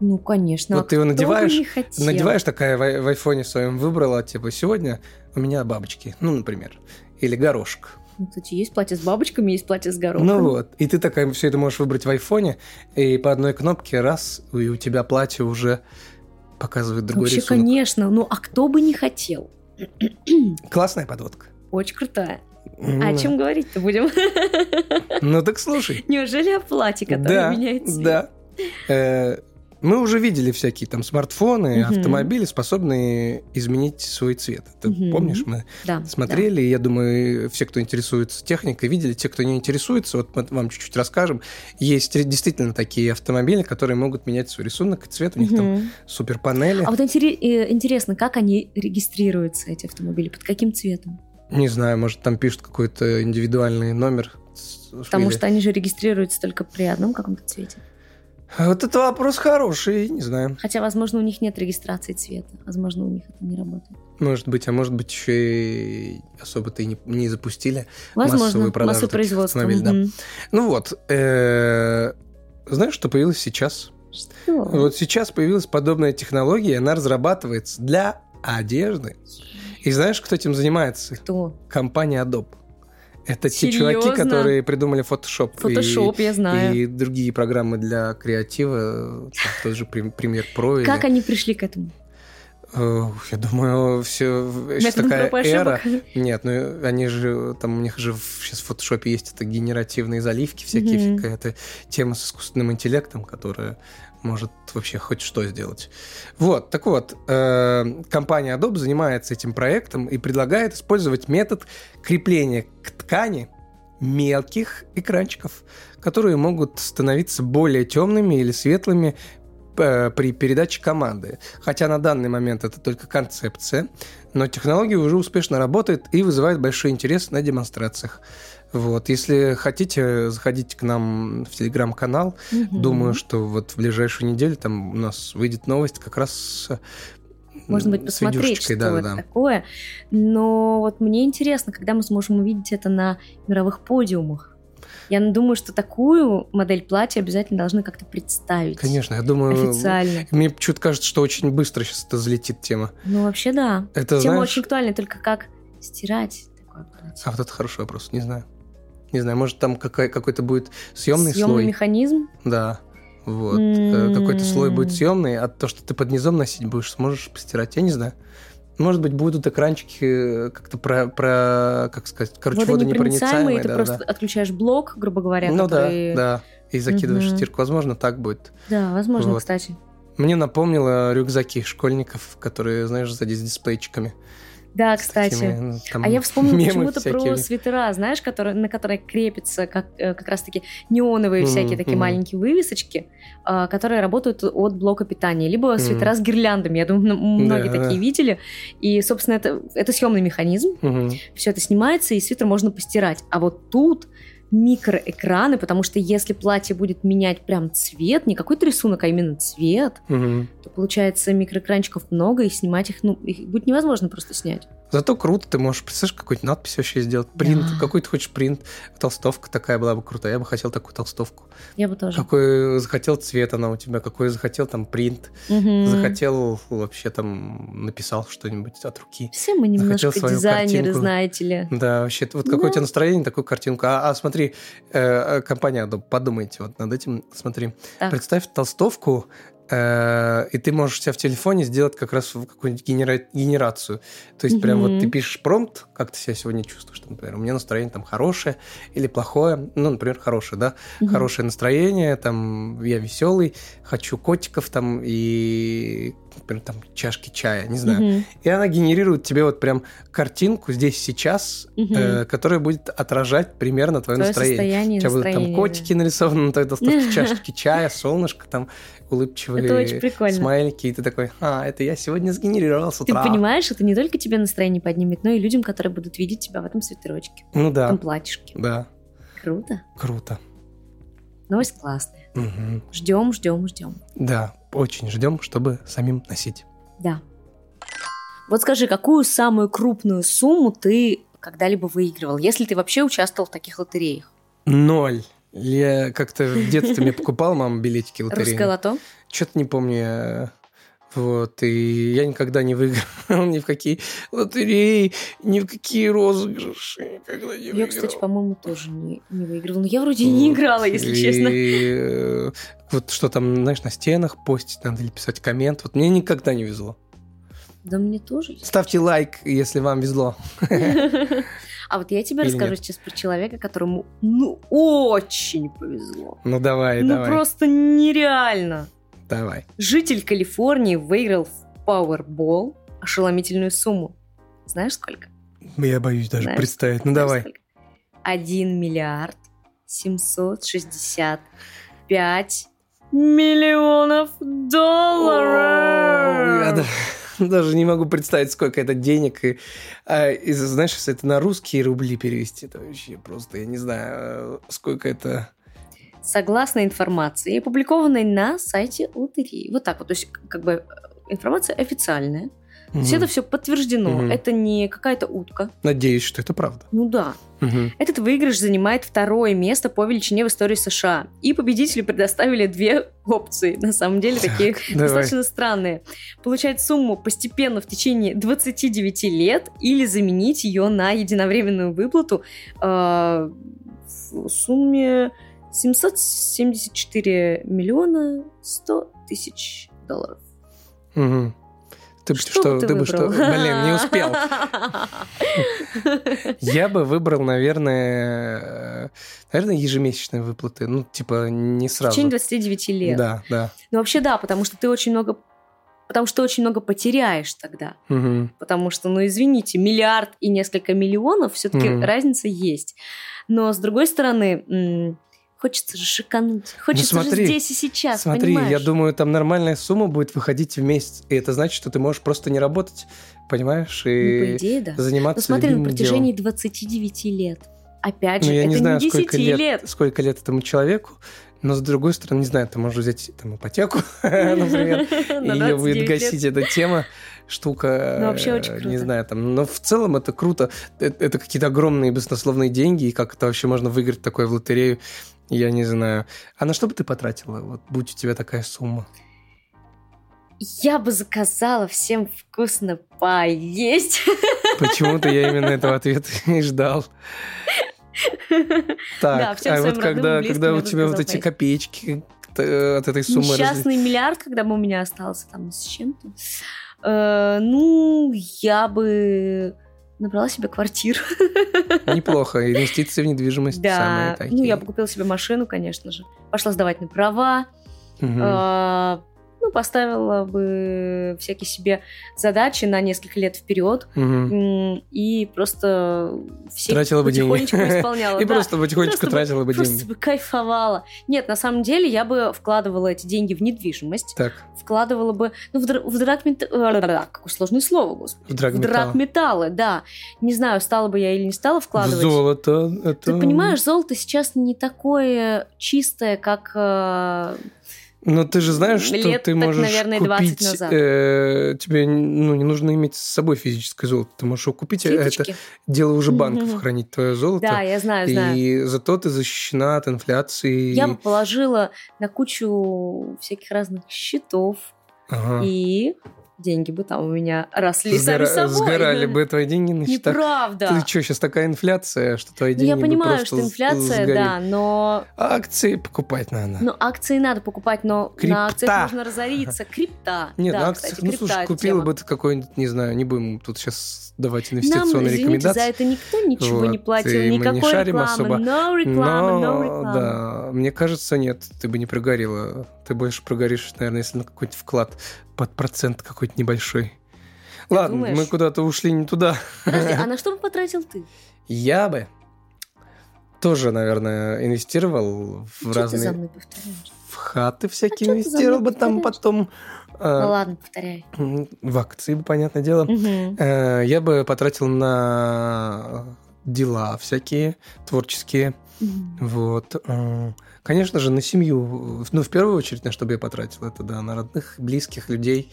[SPEAKER 2] Ну, конечно.
[SPEAKER 1] Вот ты его
[SPEAKER 2] кто бы
[SPEAKER 1] надеваешь,
[SPEAKER 2] не хотел?
[SPEAKER 1] Надеваешь такая в, ай- в айфоне своем выбрала, типа, сегодня у меня бабочки, ну, например, или горошек.
[SPEAKER 2] Ну, Кстати, есть платье с бабочками, есть платье с горохом.
[SPEAKER 1] Ну вот, и ты такая все это можешь выбрать в айфоне, и по одной кнопке раз, и у тебя платье уже показывает другой
[SPEAKER 2] Вообще,
[SPEAKER 1] рисунок.
[SPEAKER 2] конечно, ну а кто бы не хотел?
[SPEAKER 1] Классная подводка.
[SPEAKER 2] Очень крутая.
[SPEAKER 1] Ну
[SPEAKER 2] А о
[SPEAKER 1] да.
[SPEAKER 2] чем говорить-то будем? [laughs]
[SPEAKER 1] Ну так слушай.
[SPEAKER 2] Неужели о плате,
[SPEAKER 1] Да,
[SPEAKER 2] которая меняет цвет?
[SPEAKER 1] да. Э, Мы уже видели всякие там смартфоны,
[SPEAKER 2] Мгм.
[SPEAKER 1] автомобили, способные изменить свой цвет. Ты
[SPEAKER 2] Мгм.
[SPEAKER 1] помнишь, мы
[SPEAKER 2] Да,
[SPEAKER 1] смотрели, и я думаю, все, кто интересуется техникой, видели, те, кто не интересуется, вот мы вам чуть-чуть расскажем. Есть ре- действительно такие автомобили, которые могут менять свой рисунок и цвет, у
[SPEAKER 2] да.
[SPEAKER 1] них там
[SPEAKER 2] Мгм.
[SPEAKER 1] супер панели.
[SPEAKER 2] А вот интере- э, интересно, как они регистрируются, эти автомобили, под каким цветом?
[SPEAKER 1] Не знаю, может, там пишут какой-то индивидуальный номер. с-
[SPEAKER 2] Потому
[SPEAKER 1] фамилия.
[SPEAKER 2] что они же регистрируются только при одном каком-то цвете.
[SPEAKER 1] А Вот это вопрос хороший, не знаю.
[SPEAKER 2] Хотя, возможно, у них нет регистрации цвета. Возможно, у них это не работает.
[SPEAKER 1] Может быть, а может быть, еще и особо-то и не, не запустили.
[SPEAKER 2] Возможно,
[SPEAKER 1] Массовую продажу
[SPEAKER 2] массу
[SPEAKER 1] таких
[SPEAKER 2] производства.
[SPEAKER 1] автомобилей, да.
[SPEAKER 2] Мгм.
[SPEAKER 1] Ну вот, э, знаешь, что появилось сейчас?
[SPEAKER 2] Что?
[SPEAKER 1] Вот сейчас появилась подобная технология, она разрабатывается для одежды. И знаешь, кто этим занимается?
[SPEAKER 2] Кто?
[SPEAKER 1] Компания Adobe. Это те
[SPEAKER 2] Серьезно?
[SPEAKER 1] чуваки, которые придумали Photoshop. и-
[SPEAKER 2] Фотошоп, я знаю.
[SPEAKER 1] И другие программы для креатива, там тот же прем- Premiere Pro. или-
[SPEAKER 2] Как они пришли к этому?
[SPEAKER 1] Э, Я думаю, все сейчас
[SPEAKER 2] Методом
[SPEAKER 1] такая
[SPEAKER 2] проб и
[SPEAKER 1] эра.
[SPEAKER 2] ошибок?
[SPEAKER 1] Нет, ну они же там у них же сейчас в фотошопе есть это генеративные заливки всякие,
[SPEAKER 2] Мгм.
[SPEAKER 1] какая-то тема с искусственным интеллектом, которая может вообще хоть что сделать. Вот, так вот, э, компания Adobe занимается этим проектом и предлагает использовать метод крепления к ткани мелких экранчиков, которые могут становиться более темными или светлыми э, при передаче команды. Хотя на данный момент это только концепция, но технология уже успешно работает и вызывает большой интерес на демонстрациях. Вот, если хотите, заходите к нам в телеграм-канал.
[SPEAKER 2] Мгм.
[SPEAKER 1] Думаю, что вот в ближайшую неделю там у нас выйдет новость как раз с, э,
[SPEAKER 2] Можно быть,
[SPEAKER 1] с
[SPEAKER 2] посмотреть,
[SPEAKER 1] видюшечкой,
[SPEAKER 2] что
[SPEAKER 1] да,
[SPEAKER 2] это
[SPEAKER 1] да, да.
[SPEAKER 2] такое. Но вот мне интересно, когда мы сможем увидеть это на мировых подиумах. Я думаю, что такую модель платья обязательно должны как-то представить.
[SPEAKER 1] Конечно, э, я думаю,
[SPEAKER 2] Официально.
[SPEAKER 1] Мне почему-то кажется, что очень быстро сейчас это залетит тема.
[SPEAKER 2] Ну, вообще, да.
[SPEAKER 1] Это
[SPEAKER 2] Тема
[SPEAKER 1] знаешь...
[SPEAKER 2] очень актуальна, только как стирать такое платье.
[SPEAKER 1] А вот это хороший вопрос, не знаю. Не знаю, может там какая- какой-то будет съемный
[SPEAKER 2] Съемный
[SPEAKER 1] слой.
[SPEAKER 2] механизм.
[SPEAKER 1] Да. Вот.
[SPEAKER 2] М.
[SPEAKER 1] Э, Какой-то слой будет съемный, а то, что ты под низом носить будешь, сможешь постирать. Я не знаю. Может быть, будут экранчики э, как-то про, про как сказать, короче,
[SPEAKER 2] Водонепроницаемый,
[SPEAKER 1] водонепроницаемые.
[SPEAKER 2] ты
[SPEAKER 1] да,
[SPEAKER 2] просто
[SPEAKER 1] да.
[SPEAKER 2] отключаешь блок, грубо говоря,
[SPEAKER 1] Ну
[SPEAKER 2] который...
[SPEAKER 1] да, да. И закидываешь в
[SPEAKER 2] Мгм.
[SPEAKER 1] стирку. Возможно, так будет.
[SPEAKER 2] Да, возможно,
[SPEAKER 1] Вот.
[SPEAKER 2] кстати.
[SPEAKER 1] Мне напомнило рюкзаки школьников, которые, знаешь, сзади с дисплейчиками.
[SPEAKER 2] Да,
[SPEAKER 1] С
[SPEAKER 2] кстати.
[SPEAKER 1] такими, ну, там,
[SPEAKER 2] А
[SPEAKER 1] [laughs]
[SPEAKER 2] я вспомнила
[SPEAKER 1] мемы
[SPEAKER 2] почему-то
[SPEAKER 1] всякие.
[SPEAKER 2] про свитера, знаешь, которые, на которые крепятся как, э, как раз-таки неоновые
[SPEAKER 1] Мгм,
[SPEAKER 2] всякие такие
[SPEAKER 1] мгм.
[SPEAKER 2] маленькие вывесочки, а, которые работают от блока питания. Либо
[SPEAKER 1] Мгм.
[SPEAKER 2] свитера с гирляндами. Я думаю, м- многие
[SPEAKER 1] Да, да.
[SPEAKER 2] такие видели. И, собственно, это, это съемный механизм.
[SPEAKER 1] Мгм.
[SPEAKER 2] Все это снимается, и свитер можно постирать. А вот тут микроэкраны, потому что если платье будет менять прям цвет, не какой-то рисунок, а именно цвет,
[SPEAKER 1] Мгм.
[SPEAKER 2] то получается микроэкранчиков много, и снимать их, ну, их будет невозможно просто снять.
[SPEAKER 1] Зато круто, ты можешь, представляешь, какую-нибудь надпись вообще сделать. Принт,
[SPEAKER 2] Да.
[SPEAKER 1] какой ты хочешь принт. Толстовка такая была бы крутая, я бы хотел такую толстовку.
[SPEAKER 2] Я бы тоже.
[SPEAKER 1] Какой захотел цвет она у тебя, какой захотел там принт.
[SPEAKER 2] Мгм.
[SPEAKER 1] Захотел вообще там написал что-нибудь от руки.
[SPEAKER 2] Все мы
[SPEAKER 1] Захотел
[SPEAKER 2] немножко
[SPEAKER 1] свою
[SPEAKER 2] дизайнеры,
[SPEAKER 1] картинку. [laughs]
[SPEAKER 2] знаете ли.
[SPEAKER 1] Да, вообще, вот какое
[SPEAKER 2] Да.
[SPEAKER 1] у тебя настроение, такую картинку. А, а, смотри, э, компания, Adobe, подумайте вот над этим, смотри.
[SPEAKER 2] Так.
[SPEAKER 1] Представь толстовку, э, и ты можешь у себя в телефоне сделать как раз в какую-нибудь генера- генерацию. То есть прям
[SPEAKER 2] Мгм.
[SPEAKER 1] вот ты пишешь промпт, как ты себя сегодня чувствуешь, там, например, у меня настроение там хорошее или плохое, ну, например, хорошее, да,
[SPEAKER 2] Мгм.
[SPEAKER 1] хорошее настроение, там, я веселый, хочу котиков там и, например, там, чашки чая, не знаю.
[SPEAKER 2] Мгм.
[SPEAKER 1] И она генерирует тебе вот прям картинку здесь сейчас,
[SPEAKER 2] Мгм.
[SPEAKER 1] э, которая будет отражать примерно твое,
[SPEAKER 2] Твое
[SPEAKER 1] настроение.
[SPEAKER 2] состояние,
[SPEAKER 1] У тебя будут там
[SPEAKER 2] настроение,
[SPEAKER 1] котики нарисованы на твоей
[SPEAKER 2] [laughs]
[SPEAKER 1] доставке, чашечки чая, солнышко, там улыбчивые
[SPEAKER 2] Это очень прикольно.
[SPEAKER 1] смайлики, и ты такой, а, это я сегодня сгенерировал с
[SPEAKER 2] да. [laughs] Ты
[SPEAKER 1] утра.
[SPEAKER 2] понимаешь, это не только тебе настроение поднимет, но и людям, которые будут видеть тебя в этом свитерочке,
[SPEAKER 1] Ну
[SPEAKER 2] в
[SPEAKER 1] да,
[SPEAKER 2] этом платьишке.
[SPEAKER 1] да,
[SPEAKER 2] Круто.
[SPEAKER 1] круто.
[SPEAKER 2] Новость классная.
[SPEAKER 1] Мгм.
[SPEAKER 2] Ждем, ждем, ждем.
[SPEAKER 1] Да, очень ждем, чтобы самим носить.
[SPEAKER 2] Да. Вот скажи, какую самую крупную сумму ты когда-либо выигрывал, если ты вообще участвовал в таких лотереях?
[SPEAKER 1] Ноль.
[SPEAKER 2] [laughs]
[SPEAKER 1] Я как-то в детстве мне покупал мама билетики
[SPEAKER 2] Русское
[SPEAKER 1] лотерейные.
[SPEAKER 2] лото?
[SPEAKER 1] Что-то не помню я Вот, и я никогда не выиграл [laughs] ни в какие лотереи, ни в какие розыгрыши. Никогда не
[SPEAKER 2] Я, кстати, по-моему, тоже не, не выиграла. Но я вроде и не играла, если
[SPEAKER 1] [laughs]
[SPEAKER 2] честно.
[SPEAKER 1] честно. Вот что там, знаешь, на стенах постить надо или писать коммент. Вот мне никогда не везло.
[SPEAKER 2] Да мне тоже.
[SPEAKER 1] Ставьте лайк, если вам везло.
[SPEAKER 2] [laughs] А вот я тебе
[SPEAKER 1] Или
[SPEAKER 2] расскажу
[SPEAKER 1] нет?
[SPEAKER 2] сейчас про человека, которому ну очень повезло.
[SPEAKER 1] Ну давай,
[SPEAKER 2] ну
[SPEAKER 1] давай,
[SPEAKER 2] просто нереально.
[SPEAKER 1] давай.
[SPEAKER 2] Житель Калифорнии выиграл в Powerball ошеломительную сумму. Знаешь сколько?
[SPEAKER 1] Я боюсь даже
[SPEAKER 2] Знаешь?
[SPEAKER 1] представить. Ну
[SPEAKER 2] Знаешь,
[SPEAKER 1] давай.
[SPEAKER 2] сколько? 1 миллиард 765 миллионов
[SPEAKER 1] О, я
[SPEAKER 2] долларов.
[SPEAKER 1] да- [laughs] даже не могу представить, сколько это денег. И, а, и знаешь, если это на русские рубли перевести, это вообще просто, я не знаю, э, сколько это...
[SPEAKER 2] Согласно информации, опубликованной на сайте лотереи. Вот так вот. То есть, как бы, э, информация официальная. То есть
[SPEAKER 1] Мгм.
[SPEAKER 2] это все подтверждено.
[SPEAKER 1] Мгм.
[SPEAKER 2] Это не какая-то утка.
[SPEAKER 1] Надеюсь, что это правда.
[SPEAKER 2] Ну да.
[SPEAKER 1] Мгм.
[SPEAKER 2] Этот выигрыш занимает второе место по величине в истории США. И победителю предоставили две опции. На самом деле, такие
[SPEAKER 1] Давай.
[SPEAKER 2] достаточно странные. Получать сумму постепенно в течение 29 лет или заменить ее на единовременную выплату э, в сумме 774 миллиона 100 тысяч долларов.
[SPEAKER 1] Мгм. Ты бы
[SPEAKER 2] Что бы ты
[SPEAKER 1] бы что?
[SPEAKER 2] выбрал?
[SPEAKER 1] Блин, не
[SPEAKER 2] [laughs]
[SPEAKER 1] успел. Я бы выбрал, наверное, э, наверное, ежемесячные выплаты. Ну, типа, не
[SPEAKER 2] В
[SPEAKER 1] сразу.
[SPEAKER 2] течение 29 лет.
[SPEAKER 1] Да, да.
[SPEAKER 2] Ну, вообще, да, потому что ты очень много... Потому что ты очень много потеряешь тогда.
[SPEAKER 1] Мгм.
[SPEAKER 2] Потому что, ну, извините, миллиард и несколько миллионов все-таки
[SPEAKER 1] Мгм.
[SPEAKER 2] разница есть. Но, с другой стороны, м, хочется же шикануть. Хочется
[SPEAKER 1] Ну, смотри,
[SPEAKER 2] же здесь и сейчас,
[SPEAKER 1] Смотри,
[SPEAKER 2] понимаешь?
[SPEAKER 1] я думаю, там нормальная сумма будет выходить в месяц, и это значит, что ты можешь просто не работать, понимаешь,
[SPEAKER 2] Ну, по
[SPEAKER 1] и
[SPEAKER 2] идее, да. Ну,
[SPEAKER 1] заниматься
[SPEAKER 2] смотри, на
[SPEAKER 1] любимым
[SPEAKER 2] протяжении
[SPEAKER 1] делом.
[SPEAKER 2] 29 лет. Опять же,
[SPEAKER 1] Ну, я
[SPEAKER 2] это
[SPEAKER 1] не знаю,
[SPEAKER 2] 10
[SPEAKER 1] сколько
[SPEAKER 2] лет.
[SPEAKER 1] лет, сколько лет этому человеку, но с другой стороны, не знаю, ты можешь взять там ипотеку, [laughs] [laughs]
[SPEAKER 2] [laughs]
[SPEAKER 1] например, и
[SPEAKER 2] На
[SPEAKER 1] ее
[SPEAKER 2] 29
[SPEAKER 1] будет
[SPEAKER 2] лет.
[SPEAKER 1] гасить эта тема, штука.
[SPEAKER 2] Ну, вообще очень
[SPEAKER 1] э,
[SPEAKER 2] круто.
[SPEAKER 1] Не знаю, там, но в целом это круто. Э- Это какие-то огромные баснословные деньги, и как это вообще можно выиграть такое в лотерею, я не знаю. А на что бы ты потратила, вот, будь у тебя такая сумма?
[SPEAKER 2] Я бы заказала всем вкусно поесть. [laughs]
[SPEAKER 1] Почему-то я именно этого ответа [laughs] и ждал.
[SPEAKER 2] Да,
[SPEAKER 1] Так,
[SPEAKER 2] всем
[SPEAKER 1] а
[SPEAKER 2] своим
[SPEAKER 1] вот
[SPEAKER 2] родным и
[SPEAKER 1] когда,
[SPEAKER 2] близким
[SPEAKER 1] когда
[SPEAKER 2] я
[SPEAKER 1] у
[SPEAKER 2] бы
[SPEAKER 1] тебя вот
[SPEAKER 2] сказала
[SPEAKER 1] эти
[SPEAKER 2] поесть.
[SPEAKER 1] копеечки э, от этой суммы... разли-
[SPEAKER 2] Несчастный миллиард, когда бы у меня остался там с чем-то. Э, ну, я бы набрала себе квартиру.
[SPEAKER 1] [laughs] Неплохо. Инвестиции в недвижимость самые
[SPEAKER 2] Да.
[SPEAKER 1] такие.
[SPEAKER 2] Ну, я бы купила себе машину, конечно же. Пошла сдавать на права.
[SPEAKER 1] Мгм.
[SPEAKER 2] Э, ну, поставила бы всякие себе задачи на несколько лет вперед.
[SPEAKER 1] Мгм.
[SPEAKER 2] М, И просто все
[SPEAKER 1] Тратила бы деньги.
[SPEAKER 2] потихонечку
[SPEAKER 1] [laughs]
[SPEAKER 2] исполняла.
[SPEAKER 1] И
[SPEAKER 2] да.
[SPEAKER 1] просто потихонечку
[SPEAKER 2] Просто бы-
[SPEAKER 1] тратила бы
[SPEAKER 2] Просто
[SPEAKER 1] деньги.
[SPEAKER 2] бы кайфовала. Нет, на самом деле я бы вкладывала эти деньги в недвижимость.
[SPEAKER 1] Так,
[SPEAKER 2] вкладывала бы ну, в, др- в драгметал... Какое сложное слово, господи.
[SPEAKER 1] в драгметалл.
[SPEAKER 2] драгметаллы, да. Не знаю, стала бы я или не стала
[SPEAKER 1] В
[SPEAKER 2] вкладывать.
[SPEAKER 1] золото.
[SPEAKER 2] Ты
[SPEAKER 1] это-
[SPEAKER 2] понимаешь, золото сейчас не такое чистое, как... э,
[SPEAKER 1] Но ну, ты же знаешь, что
[SPEAKER 2] лет
[SPEAKER 1] ты
[SPEAKER 2] так,
[SPEAKER 1] можешь
[SPEAKER 2] наверное, 20
[SPEAKER 1] купить...
[SPEAKER 2] назад.
[SPEAKER 1] э, тебе ну, не нужно иметь с собой физическое золото. Ты можешь его купить. а Это
[SPEAKER 2] слиточки.
[SPEAKER 1] дело уже банков
[SPEAKER 2] Мгм.
[SPEAKER 1] хранить твое золото.
[SPEAKER 2] Да, я знаю, знаю.
[SPEAKER 1] И зато ты защищена от инфляции.
[SPEAKER 2] Я бы положила на кучу всяких разных счетов,
[SPEAKER 1] Ага.
[SPEAKER 2] и деньги бы там у меня росли
[SPEAKER 1] А.
[SPEAKER 2] сами
[SPEAKER 1] Сгора-
[SPEAKER 2] собой. ну,
[SPEAKER 1] Сгорали
[SPEAKER 2] [laughs]
[SPEAKER 1] бы твои деньги на счетах.
[SPEAKER 2] Неправда.
[SPEAKER 1] Ты что, сейчас такая инфляция, что твои
[SPEAKER 2] Ну,
[SPEAKER 1] деньги
[SPEAKER 2] я
[SPEAKER 1] бы
[SPEAKER 2] понимаю,
[SPEAKER 1] просто
[SPEAKER 2] что
[SPEAKER 1] с-
[SPEAKER 2] инфляция,
[SPEAKER 1] сгорели.
[SPEAKER 2] да, но
[SPEAKER 1] А Акции покупать надо.
[SPEAKER 2] Ну, акции надо покупать, но
[SPEAKER 1] Крипта.
[SPEAKER 2] на акциях можно разориться. Крипта.
[SPEAKER 1] [laughs] Нет,
[SPEAKER 2] да,
[SPEAKER 1] на акциях,
[SPEAKER 2] кстати,
[SPEAKER 1] ну
[SPEAKER 2] крипта
[SPEAKER 1] слушай,
[SPEAKER 2] это
[SPEAKER 1] купила
[SPEAKER 2] тема.
[SPEAKER 1] бы ты какой-нибудь, не знаю, не будем тут сейчас давать
[SPEAKER 2] Нам,
[SPEAKER 1] инвестиционные
[SPEAKER 2] извините, за
[SPEAKER 1] рекомендации.
[SPEAKER 2] это никто ничего не
[SPEAKER 1] Вот,
[SPEAKER 2] платил,
[SPEAKER 1] и мы не
[SPEAKER 2] никакой
[SPEAKER 1] шарим
[SPEAKER 2] рекламы,
[SPEAKER 1] особо.
[SPEAKER 2] no реклама,
[SPEAKER 1] Но,
[SPEAKER 2] no реклама.
[SPEAKER 1] да, мне кажется, нет, ты бы не прогорела. Ты больше прогоришь, наверное, если на какой-то вклад под процент какой-то небольшой. Ладно, мы
[SPEAKER 2] думаешь?
[SPEAKER 1] куда-то ушли не туда. [laughs]
[SPEAKER 2] Подожди, а на что бы потратил ты?
[SPEAKER 1] Я бы тоже, наверное, инвестировал в
[SPEAKER 2] Чё ты за
[SPEAKER 1] разные...
[SPEAKER 2] мной повторяешь?
[SPEAKER 1] В хаты всякие
[SPEAKER 2] чё ты за
[SPEAKER 1] инвестировал
[SPEAKER 2] мной
[SPEAKER 1] бы там
[SPEAKER 2] повторяешь?
[SPEAKER 1] потом.
[SPEAKER 2] Ну
[SPEAKER 1] э,
[SPEAKER 2] ладно,
[SPEAKER 1] [laughs]
[SPEAKER 2] повторяй.
[SPEAKER 1] м, в акции, бы, понятное дело.
[SPEAKER 2] Мгм.
[SPEAKER 1] Э, Я бы потратил на дела всякие творческие.
[SPEAKER 2] Мгм.
[SPEAKER 1] Вот. Э, Конечно же, на семью. Ну, в первую очередь, на что бы я потратил, это да, на родных, близких людей.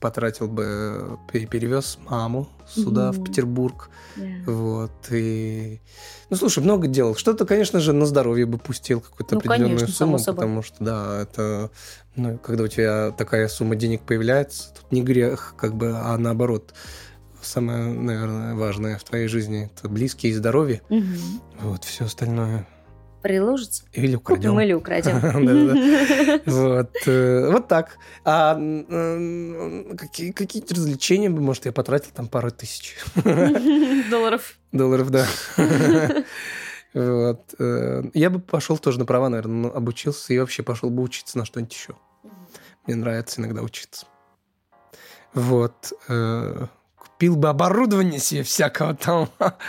[SPEAKER 1] потратил бы, э, пе- перевез маму сюда, в
[SPEAKER 2] Мгм.
[SPEAKER 1] Петербург.
[SPEAKER 2] Да.
[SPEAKER 1] Вот, и... Ну, слушай, много делал. Что-то, конечно же, на здоровье бы пустил какую-то
[SPEAKER 2] Ну,
[SPEAKER 1] определенную
[SPEAKER 2] конечно,
[SPEAKER 1] сумму,
[SPEAKER 2] само собой.
[SPEAKER 1] потому что, да, это... Ну, когда у тебя такая сумма денег появляется, тут не грех, как бы, а наоборот. Самое, наверное, важное в твоей жизни – это близкие и здоровье.
[SPEAKER 2] Мгм.
[SPEAKER 1] Вот, все остальное
[SPEAKER 2] Приложится?
[SPEAKER 1] или украдем.
[SPEAKER 2] Купим или
[SPEAKER 1] [laughs]
[SPEAKER 2] украдем.
[SPEAKER 1] Вот, э, вот так. А м, м, какие- какие-то развлечения бы, может, я потратил там пару тысяч
[SPEAKER 2] [laughs] Долларов.
[SPEAKER 1] долларов, да. Вот. э, Я бы пошел тоже на права, наверное, обучился и вообще пошел бы учиться на что-нибудь еще. Мне нравится иногда учиться. Вот. э, Купил бы оборудование себе всякого там. [laughs]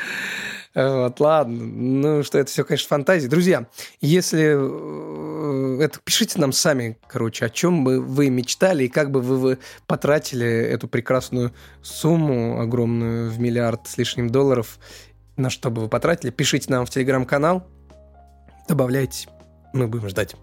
[SPEAKER 1] Вот, ладно. Ну, что это все, конечно, фантазии. Друзья, если э, это пишите нам сами, короче, о чем бы вы мечтали и как бы вы, вы потратили эту прекрасную сумму огромную в миллиард с лишним долларов, на что бы вы потратили. Пишите нам в телеграм-канал, добавляйтесь, мы будем ждать.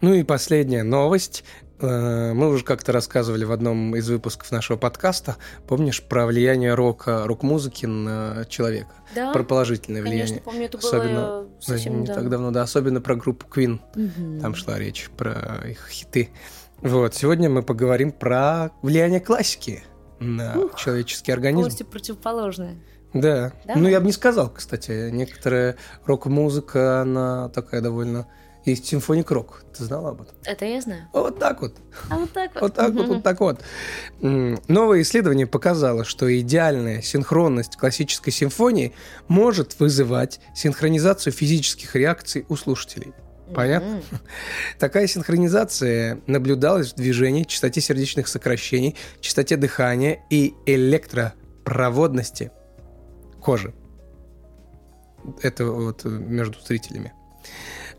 [SPEAKER 1] Ну и последняя новость. Э, Мы уже как-то рассказывали в одном из выпусков нашего подкаста, помнишь, про влияние рока, рок-музыки на человека.
[SPEAKER 2] Да,
[SPEAKER 1] Про положительное
[SPEAKER 2] А, конечно,
[SPEAKER 1] влияние.
[SPEAKER 2] помню, это
[SPEAKER 1] Особенно-
[SPEAKER 2] было э, совсем
[SPEAKER 1] не так давно, да, особенно про группу Queen.
[SPEAKER 2] Мгм.
[SPEAKER 1] Там шла речь про их хиты. Вот, сегодня мы поговорим про влияние классики на
[SPEAKER 2] Ух,
[SPEAKER 1] человеческий организм.
[SPEAKER 2] Полностью противоположное.
[SPEAKER 1] Да.
[SPEAKER 2] Да?
[SPEAKER 1] Ну, я бы не сказал, кстати. Некоторая рок-музыка, она такая довольно... Есть симфоник-рок. Ты знала об этом?
[SPEAKER 2] Это я знаю.
[SPEAKER 1] Вот так вот.
[SPEAKER 2] А вот так вот.
[SPEAKER 1] Вот так вот, вот так вот. М, Новое исследование показало, что идеальная синхронность классической симфонии может вызывать синхронизацию физических реакций у слушателей.
[SPEAKER 2] Мгм.
[SPEAKER 1] понятно. Такая синхронизация наблюдалась в движении, частоте сердечных сокращений, частоте дыхания и электропроводности кожи. Это вот э, между зрителями.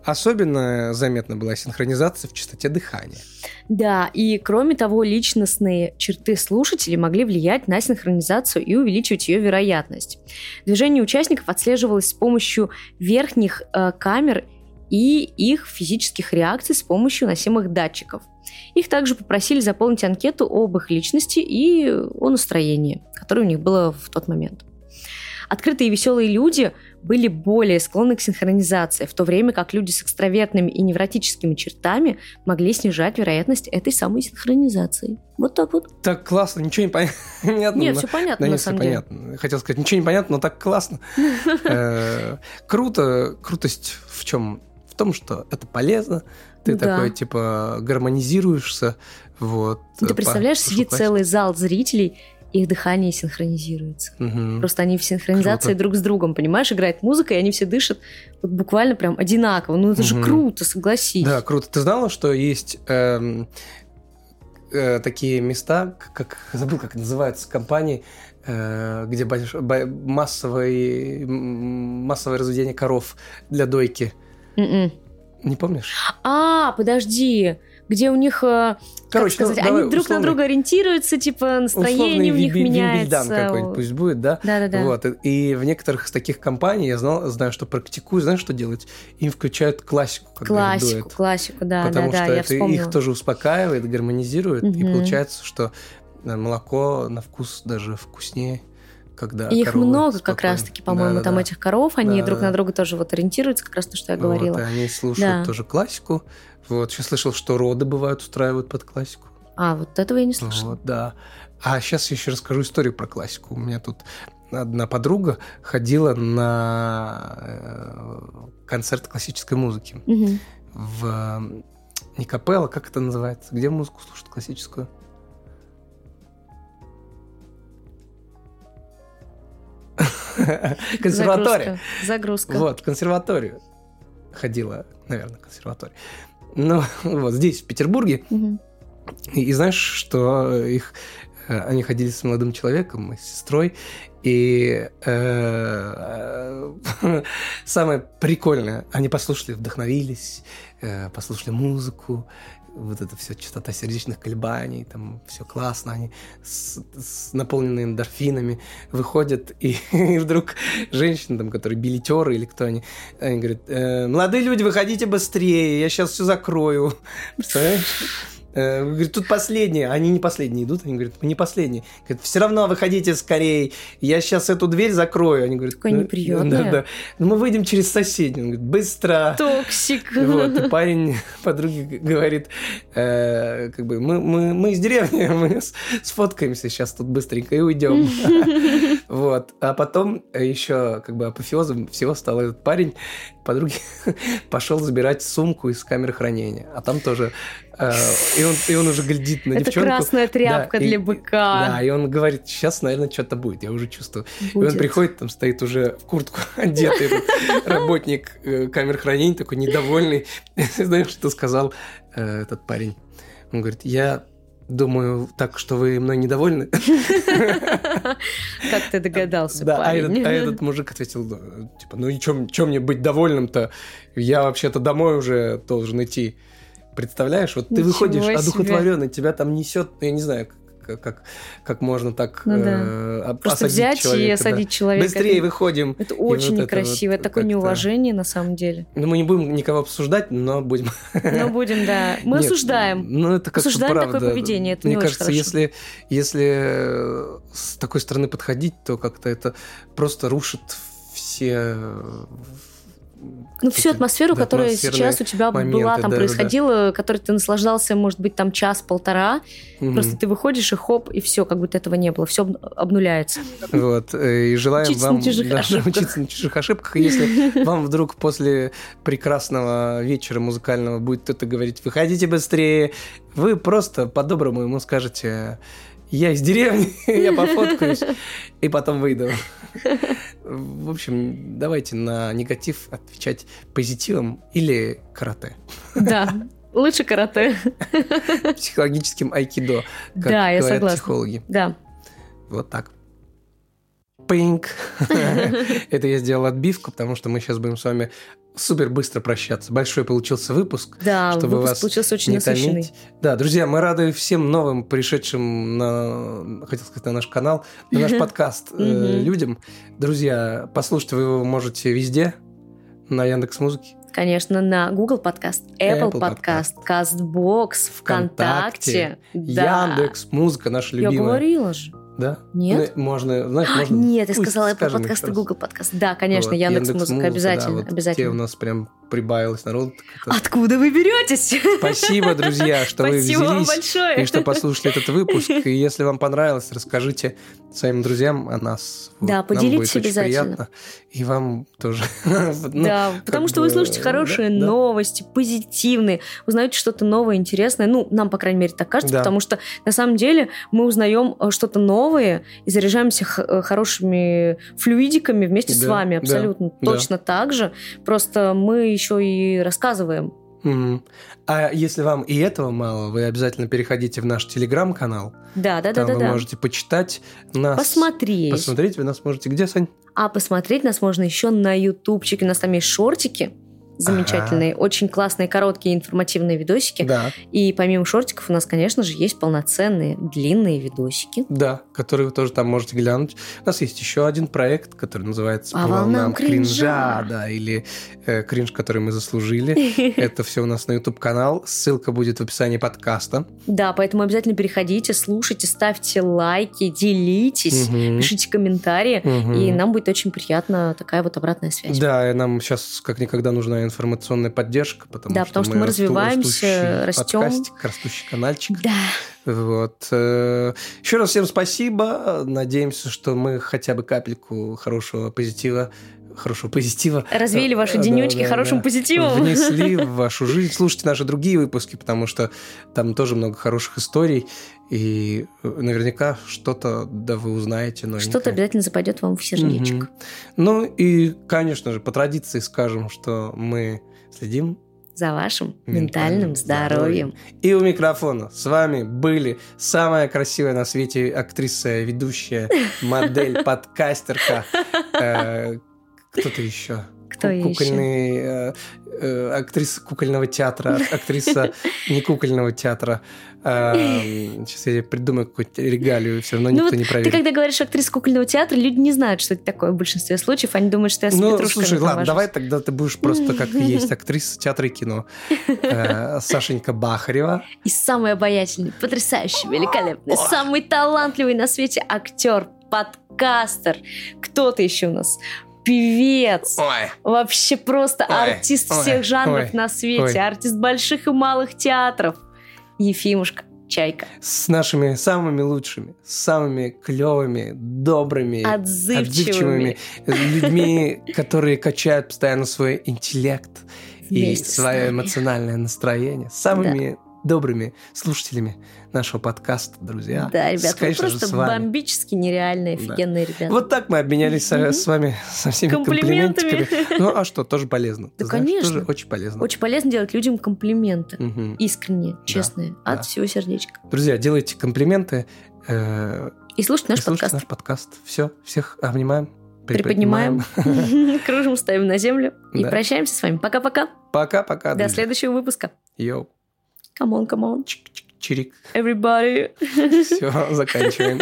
[SPEAKER 1] Особенно заметна была синхронизация в частоте дыхания.
[SPEAKER 2] Да, и кроме того, личностные черты слушателей могли влиять на синхронизацию и увеличивать ее вероятность. Движение участников отслеживалось с помощью верхних э, камер и их физических реакций с помощью носимых датчиков. Их также попросили заполнить анкету об их личности и о настроении, которое у них было в тот момент. Открытые и веселые люди были более склонны к синхронизации, в то время как люди с экстравертными и невротическими чертами могли снижать вероятность этой самой синхронизации. Вот так вот.
[SPEAKER 1] Так классно, ничего [laughs] не понятно.
[SPEAKER 2] Нет, все
[SPEAKER 1] Да
[SPEAKER 2] понятно, на
[SPEAKER 1] нет, все
[SPEAKER 2] самом деле.
[SPEAKER 1] Ну, понятно. Хотел сказать, ничего не понятно, но так
[SPEAKER 2] [laughs]
[SPEAKER 1] классно. Э, Круто. Крутость в чем? В том, что это полезно. Ты
[SPEAKER 2] Ну да.
[SPEAKER 1] такой, типа, гармонизируешься. Вот.
[SPEAKER 2] Ну, Ты
[SPEAKER 1] По-
[SPEAKER 2] представляешь,
[SPEAKER 1] слушай,
[SPEAKER 2] сидит
[SPEAKER 1] класс.
[SPEAKER 2] целый зал зрителей, их дыхание синхронизируется.
[SPEAKER 1] Мгм.
[SPEAKER 2] Просто они в синхронизации
[SPEAKER 1] Круто.
[SPEAKER 2] друг с другом, понимаешь, играет музыка, и они все дышат вот буквально прям одинаково. Ну это же
[SPEAKER 1] Мгм.
[SPEAKER 2] круто, согласись.
[SPEAKER 1] Да, круто. Ты знала, что есть эм, э, такие места, к- как забыл, как называются компании, э, где больш- бо- массовые- м, массовое разведение коров для дойки.
[SPEAKER 2] Мгм.
[SPEAKER 1] Не помнишь?
[SPEAKER 2] М-м. А, подожди, где у них, э, как сказать,
[SPEAKER 1] ну, давай
[SPEAKER 2] они друг на
[SPEAKER 1] условный-
[SPEAKER 2] друга ориентируются, типа
[SPEAKER 1] условный
[SPEAKER 2] настроение у них
[SPEAKER 1] вимби- вимбельдан какой-нибудь
[SPEAKER 2] меняется.
[SPEAKER 1] пусть будет, да?
[SPEAKER 2] Да-да-да.
[SPEAKER 1] Вот. И в некоторых из таких компаний я знал, знаю, что практикую, знаешь, что делать? Им включают классику, когда их
[SPEAKER 2] Классику,
[SPEAKER 1] дует.
[SPEAKER 2] классику, да,
[SPEAKER 1] потому
[SPEAKER 2] да, да,
[SPEAKER 1] что
[SPEAKER 2] я
[SPEAKER 1] это
[SPEAKER 2] вспомнила.
[SPEAKER 1] их тоже успокаивает, гармонизирует, и
[SPEAKER 2] Мгм.
[SPEAKER 1] получается, что э, молоко на вкус даже вкуснее, когда
[SPEAKER 2] И их
[SPEAKER 1] э, коровы
[SPEAKER 2] много как
[SPEAKER 1] спокойно.
[SPEAKER 2] раз-таки, по-моему, там
[SPEAKER 1] Да-да-да.
[SPEAKER 2] этих коров, они
[SPEAKER 1] Да-да-да.
[SPEAKER 2] друг на друга тоже вот ориентируются, как раз то, что я говорила.
[SPEAKER 1] Ну, Вот, и они слушают
[SPEAKER 2] Да.
[SPEAKER 1] тоже классику. Вот, еще слышал, что роды бывают устраивают под классику.
[SPEAKER 2] А, вот этого я не слышала.
[SPEAKER 1] Ну, Вот, да. А сейчас я еще расскажу историю про классику. У меня тут одна подруга ходила на э, концерт классической музыки
[SPEAKER 2] Мгм.
[SPEAKER 1] в э, не капелла, как это называется? Где музыку слушают классическую? Консерватория.
[SPEAKER 2] Загрузка. Загрузка.
[SPEAKER 1] Вот, в консерваторию ходила, наверное, консерватория. Ну, [laughs] вот здесь, в Петербурге,
[SPEAKER 2] Мгм.
[SPEAKER 1] и, и знаешь, что их э, они ходили с молодым человеком, и с сестрой, и э, э, самое прикольное, они послушали, вдохновились, э, послушали музыку, вот это все частота сердечных колебаний, там все классно, они с, с- наполнены эндорфинами выходят, и, [laughs] и вдруг женщины, там, которые билетеры или кто они, они говорят, «Э, молодые люди, выходите быстрее, я сейчас все закрою. Представляешь? Э, Говорит, тут последние. Они не последние идут. Они говорят, мы не последние. Говорит, все равно выходите скорее. Я сейчас эту дверь закрою. Они говорят,
[SPEAKER 2] Такое
[SPEAKER 1] «Ну,
[SPEAKER 2] неприятное».
[SPEAKER 1] Да, да. «Ну, мы выйдем через соседнюю. Он говорит, быстро. [laughs]
[SPEAKER 2] Токсик. [laughs]
[SPEAKER 1] Вот, и парень подруги г- говорит, э, как бы, мы, мы, мы из деревни, [laughs] мы с- сфоткаемся сейчас тут быстренько и
[SPEAKER 2] [laughs]
[SPEAKER 1] уйдем. Вот. А потом еще как бы апофеозом всего стал этот парень. [laughs] Подруги пошел забирать сумку из камеры хранения. А там тоже... э, и, он, и он уже глядит на
[SPEAKER 2] Это
[SPEAKER 1] девчонку.
[SPEAKER 2] красная тряпка
[SPEAKER 1] Да, и-
[SPEAKER 2] для
[SPEAKER 1] Да,
[SPEAKER 2] быка.
[SPEAKER 1] и он говорит, сейчас, наверное, что-то будет, я уже чувствую. И он
[SPEAKER 2] Будет.
[SPEAKER 1] приходит, там стоит уже в куртку [laughs] одетый этот работник э, камер хранения, такой недовольный. [laughs] Знаешь, что сказал э, этот парень? Он говорит, я думаю так, что вы мной недовольны.
[SPEAKER 2] Как ты догадался,
[SPEAKER 1] [laughs] Да, а
[SPEAKER 2] парень?
[SPEAKER 1] этот, а этот мужик ответил, да, типа, ну и чем, чем мне быть довольным-то? Я вообще-то домой уже должен идти. Представляешь, вот ты
[SPEAKER 2] Ничего
[SPEAKER 1] выходишь
[SPEAKER 2] себе.
[SPEAKER 1] одухотворенный, тебя там несет, я не знаю, как, как, как можно так
[SPEAKER 2] Ну да.
[SPEAKER 1] э, об-
[SPEAKER 2] [laughs] Просто
[SPEAKER 1] осадить
[SPEAKER 2] взять и
[SPEAKER 1] человека, да.
[SPEAKER 2] осадить человека.
[SPEAKER 1] Быстрее выходим.
[SPEAKER 2] Это
[SPEAKER 1] вот
[SPEAKER 2] очень
[SPEAKER 1] это
[SPEAKER 2] некрасиво.
[SPEAKER 1] вот
[SPEAKER 2] это такое
[SPEAKER 1] как-то-
[SPEAKER 2] неуважение на самом деле.
[SPEAKER 1] Ну, мы не будем никого обсуждать, но будем...
[SPEAKER 2] Но
[SPEAKER 1] [laughs]
[SPEAKER 2] будем, да. Ну, Мы
[SPEAKER 1] Нет,
[SPEAKER 2] осуждаем.
[SPEAKER 1] Ну, это как
[SPEAKER 2] Осуждаем такое поведение, это
[SPEAKER 1] Мне
[SPEAKER 2] не очень
[SPEAKER 1] кажется,
[SPEAKER 2] хорошо.
[SPEAKER 1] если, если э, с такой стороны подходить, то как-то это просто рушит все... э,
[SPEAKER 2] Ну, всю
[SPEAKER 1] какие-то-
[SPEAKER 2] атмосферу,
[SPEAKER 1] да,
[SPEAKER 2] которая
[SPEAKER 1] атмосферные
[SPEAKER 2] сейчас у тебя
[SPEAKER 1] моменты,
[SPEAKER 2] была, там
[SPEAKER 1] да-да-да.
[SPEAKER 2] происходила, которой ты наслаждался, может быть, там час-полтора.
[SPEAKER 1] Мгм.
[SPEAKER 2] Просто ты выходишь, и хоп, и все, как будто этого не было. Все обнуляется.
[SPEAKER 1] Вот, э, и желаем
[SPEAKER 2] Учиться
[SPEAKER 1] вам
[SPEAKER 2] на чужих
[SPEAKER 1] да,
[SPEAKER 2] ошибках.
[SPEAKER 1] учиться на чужих ошибках. И
[SPEAKER 2] [laughs]
[SPEAKER 1] Если вам вдруг после прекрасного вечера музыкального будет кто-то говорить, выходите быстрее, вы просто по-доброму ему скажете, я из деревни, [laughs] я пофоткаюсь, и потом выйду. В общем, давайте на негатив отвечать позитивом или карате.
[SPEAKER 2] Да. [laughs] Лучше карате.
[SPEAKER 1] Психологическим айкидо, как
[SPEAKER 2] Да, я
[SPEAKER 1] говорят
[SPEAKER 2] согласна.
[SPEAKER 1] психологи.
[SPEAKER 2] Да.
[SPEAKER 1] Вот так.
[SPEAKER 2] [laughs]
[SPEAKER 1] Пинг. Это я сделал отбивку, потому что мы сейчас будем с вами супер быстро прощаться. Большой получился выпуск.
[SPEAKER 2] Да,
[SPEAKER 1] Чтобы
[SPEAKER 2] выпуск
[SPEAKER 1] вас
[SPEAKER 2] получился очень
[SPEAKER 1] не
[SPEAKER 2] насыщенный.
[SPEAKER 1] томить. Да, друзья, мы рады всем новым пришедшим на, хотел сказать, на наш канал, на
[SPEAKER 2] [laughs]
[SPEAKER 1] наш подкаст э,
[SPEAKER 2] Мгм.
[SPEAKER 1] людям. Друзья, послушать вы его можете везде, на Яндекс Музыке,
[SPEAKER 2] Конечно, на Google подкаст, Apple,
[SPEAKER 1] Apple
[SPEAKER 2] подкаст, CastBox, ВКонтакте. Да.
[SPEAKER 1] Яндекс Музыка, наша
[SPEAKER 2] Я
[SPEAKER 1] любимая.
[SPEAKER 2] говорила же.
[SPEAKER 1] Да?
[SPEAKER 2] Нет?
[SPEAKER 1] Ну, Можно, знаешь,
[SPEAKER 2] А,
[SPEAKER 1] можно.
[SPEAKER 2] Нет, я
[SPEAKER 1] пусть
[SPEAKER 2] сказала Apple
[SPEAKER 1] скажем их
[SPEAKER 2] подкаст и
[SPEAKER 1] раз.
[SPEAKER 2] Google подкаст. Да, конечно,
[SPEAKER 1] Вот,
[SPEAKER 2] Яндекс
[SPEAKER 1] Яндекс.Музыка,
[SPEAKER 2] Музыка,
[SPEAKER 1] да,
[SPEAKER 2] обязательно,
[SPEAKER 1] вот Те у
[SPEAKER 2] обязательно.
[SPEAKER 1] нас прям прибавилось народ.
[SPEAKER 2] Откуда вы беретесь? [laughs]
[SPEAKER 1] Спасибо, друзья, что вы
[SPEAKER 2] Спасибо вам
[SPEAKER 1] взялись
[SPEAKER 2] большое.
[SPEAKER 1] и что послушали этот выпуск. И если вам понравилось, расскажите своим друзьям о нас.
[SPEAKER 2] Да,
[SPEAKER 1] нам
[SPEAKER 2] поделитесь
[SPEAKER 1] будет очень
[SPEAKER 2] обязательно.
[SPEAKER 1] приятно. И вам тоже. [laughs] Вот, ну,
[SPEAKER 2] да, потому что вы
[SPEAKER 1] бы,
[SPEAKER 2] слушаете хорошие
[SPEAKER 1] да, да.
[SPEAKER 2] новости, позитивные, узнаете что-то новое, интересное. Ну, нам, по крайней мере, так кажется,
[SPEAKER 1] Да.
[SPEAKER 2] потому что на самом деле мы узнаем э, что-то новое и заряжаемся х- э, хорошими флюидиками вместе с
[SPEAKER 1] Да,
[SPEAKER 2] вами.
[SPEAKER 1] да,
[SPEAKER 2] Абсолютно
[SPEAKER 1] да.
[SPEAKER 2] точно так же. Просто мы еще и рассказываем.
[SPEAKER 1] Мгм. Ну, А если вам и этого мало, вы обязательно переходите в наш телеграм-канал.
[SPEAKER 2] Да, да, да,
[SPEAKER 1] Там
[SPEAKER 2] да,
[SPEAKER 1] вы
[SPEAKER 2] да.
[SPEAKER 1] можете почитать нас.
[SPEAKER 2] Посмотреть.
[SPEAKER 1] Посмотреть вы нас можете где, Сань?
[SPEAKER 2] А посмотреть нас можно еще на ютубчике. У нас там есть шортики замечательные, очень классные, короткие, информативные видосики.
[SPEAKER 1] Да.
[SPEAKER 2] И помимо шортиков у нас, конечно же, есть полноценные длинные
[SPEAKER 1] [laughs]
[SPEAKER 2] видосики.
[SPEAKER 1] Да, который вы тоже там можете глянуть. У нас есть еще один проект, который называется
[SPEAKER 2] По волнам А кринжа».
[SPEAKER 1] да, или э, кринж, который мы
[SPEAKER 2] [laughs]
[SPEAKER 1] заслужили. Это все у нас на YouTube канал. Ссылка будет в описании подкаста.
[SPEAKER 2] Да, поэтому обязательно переходите, слушайте, ставьте лайки, делитесь,
[SPEAKER 1] Мгм.
[SPEAKER 2] пишите комментарии.
[SPEAKER 1] Мгм.
[SPEAKER 2] И нам будет очень приятна такая вот обратная связь.
[SPEAKER 1] Да, и нам сейчас как никогда нужна информационная поддержка, потому
[SPEAKER 2] Да,
[SPEAKER 1] что
[SPEAKER 2] потому что мы
[SPEAKER 1] расту-
[SPEAKER 2] развиваемся,
[SPEAKER 1] растущий
[SPEAKER 2] растем.
[SPEAKER 1] подкастик, растущий каналчик.
[SPEAKER 2] Да.
[SPEAKER 1] Вот. э, Еще раз всем спасибо. Надеемся, что мы хотя бы капельку хорошего позитива, хорошего позитива
[SPEAKER 2] Развеяли ваши
[SPEAKER 1] Да,
[SPEAKER 2] денечки
[SPEAKER 1] да,
[SPEAKER 2] хорошим
[SPEAKER 1] да.
[SPEAKER 2] позитивом.
[SPEAKER 1] внесли в вашу жизнь. Слушайте наши другие выпуски, потому что там тоже много хороших историй, и э, наверняка что-то да вы узнаете новенькое.
[SPEAKER 2] [laughs] Что-то обязательно западет вам в сердечек.
[SPEAKER 1] Мгм. Ну и, конечно же, по традиции скажем, что мы следим.
[SPEAKER 2] За вашим
[SPEAKER 1] Ментальным
[SPEAKER 2] ментальным здоровьем.
[SPEAKER 1] И у микрофона с вами были самая красивая на свете актриса, ведущая, модель, подкастерка, э, кто-то еще.
[SPEAKER 2] Кто еще?
[SPEAKER 1] кукольный, э, э, актриса кукольного
[SPEAKER 2] [laughs]
[SPEAKER 1] театра, актриса не кукольного театра. А, Сейчас я придумаю какую-то регалию, все равно
[SPEAKER 2] Ну
[SPEAKER 1] никто
[SPEAKER 2] вот
[SPEAKER 1] не
[SPEAKER 2] Ты
[SPEAKER 1] проверит.
[SPEAKER 2] когда говоришь актриса кукольного театра, люди не знают, что это такое в большинстве случаев. Они думают, что я с
[SPEAKER 1] Ну,
[SPEAKER 2] петрушками
[SPEAKER 1] слушай, ладно,
[SPEAKER 2] провожусь.
[SPEAKER 1] давай тогда ты будешь просто как
[SPEAKER 2] [laughs]
[SPEAKER 1] есть актриса театра и кино. Э, Сашенька Бахарева.
[SPEAKER 2] И самый обаятельный, потрясающий, великолепный, самый талантливый на свете актер, подкастер. Кто ты еще у нас? Певец.
[SPEAKER 1] Ой,
[SPEAKER 2] Вообще просто
[SPEAKER 1] Ой,
[SPEAKER 2] артист
[SPEAKER 1] ой,
[SPEAKER 2] всех жанров
[SPEAKER 1] ой,
[SPEAKER 2] на свете.
[SPEAKER 1] ой.
[SPEAKER 2] Артист больших и малых театров. Ефимушка, Чайка.
[SPEAKER 1] с нашими самыми лучшими, самыми клевыми, добрыми,
[SPEAKER 2] Отзывчивыми.
[SPEAKER 1] людьми, которые качают постоянно свой интеллект и
[SPEAKER 2] Вместе с
[SPEAKER 1] свое
[SPEAKER 2] нами.
[SPEAKER 1] эмоциональное настроение. Самыми добрыми слушателями нашего подкаста, друзья.
[SPEAKER 2] Да,
[SPEAKER 1] С-
[SPEAKER 2] ребят, вы
[SPEAKER 1] конечно же,
[SPEAKER 2] просто
[SPEAKER 1] с вами.
[SPEAKER 2] бомбически нереальные,
[SPEAKER 1] Да.
[SPEAKER 2] офигенные ребята.
[SPEAKER 1] Вот так мы обменялись со-
[SPEAKER 2] Мгм.
[SPEAKER 1] с вами со всеми
[SPEAKER 2] Комплиментами.
[SPEAKER 1] комплиментиками. Ну а что, тоже полезно. ты
[SPEAKER 2] Да,
[SPEAKER 1] знаешь,
[SPEAKER 2] конечно.
[SPEAKER 1] Тоже очень полезно.
[SPEAKER 2] Очень полезно делать людям комплименты.
[SPEAKER 1] Мгм.
[SPEAKER 2] Искренние, честные, от
[SPEAKER 1] да.
[SPEAKER 2] всего сердечка.
[SPEAKER 1] Друзья, делайте комплименты. э,
[SPEAKER 2] И слушать
[SPEAKER 1] и
[SPEAKER 2] наш
[SPEAKER 1] слушайте
[SPEAKER 2] подкаст.
[SPEAKER 1] наш подкаст. Все, всех обнимаем.
[SPEAKER 2] Приподнимаем, [laughs] кружим, ставим на землю и
[SPEAKER 1] Да.
[SPEAKER 2] прощаемся с вами. Пока-пока.
[SPEAKER 1] [laughs] Пока-пока.
[SPEAKER 2] До
[SPEAKER 1] друзья.
[SPEAKER 2] следующего выпуска.
[SPEAKER 1] Йоу.
[SPEAKER 2] Камон, камон. [laughs]
[SPEAKER 1] Чик-чик-чирик.
[SPEAKER 2] Everybody.
[SPEAKER 1] Все, заканчиваем.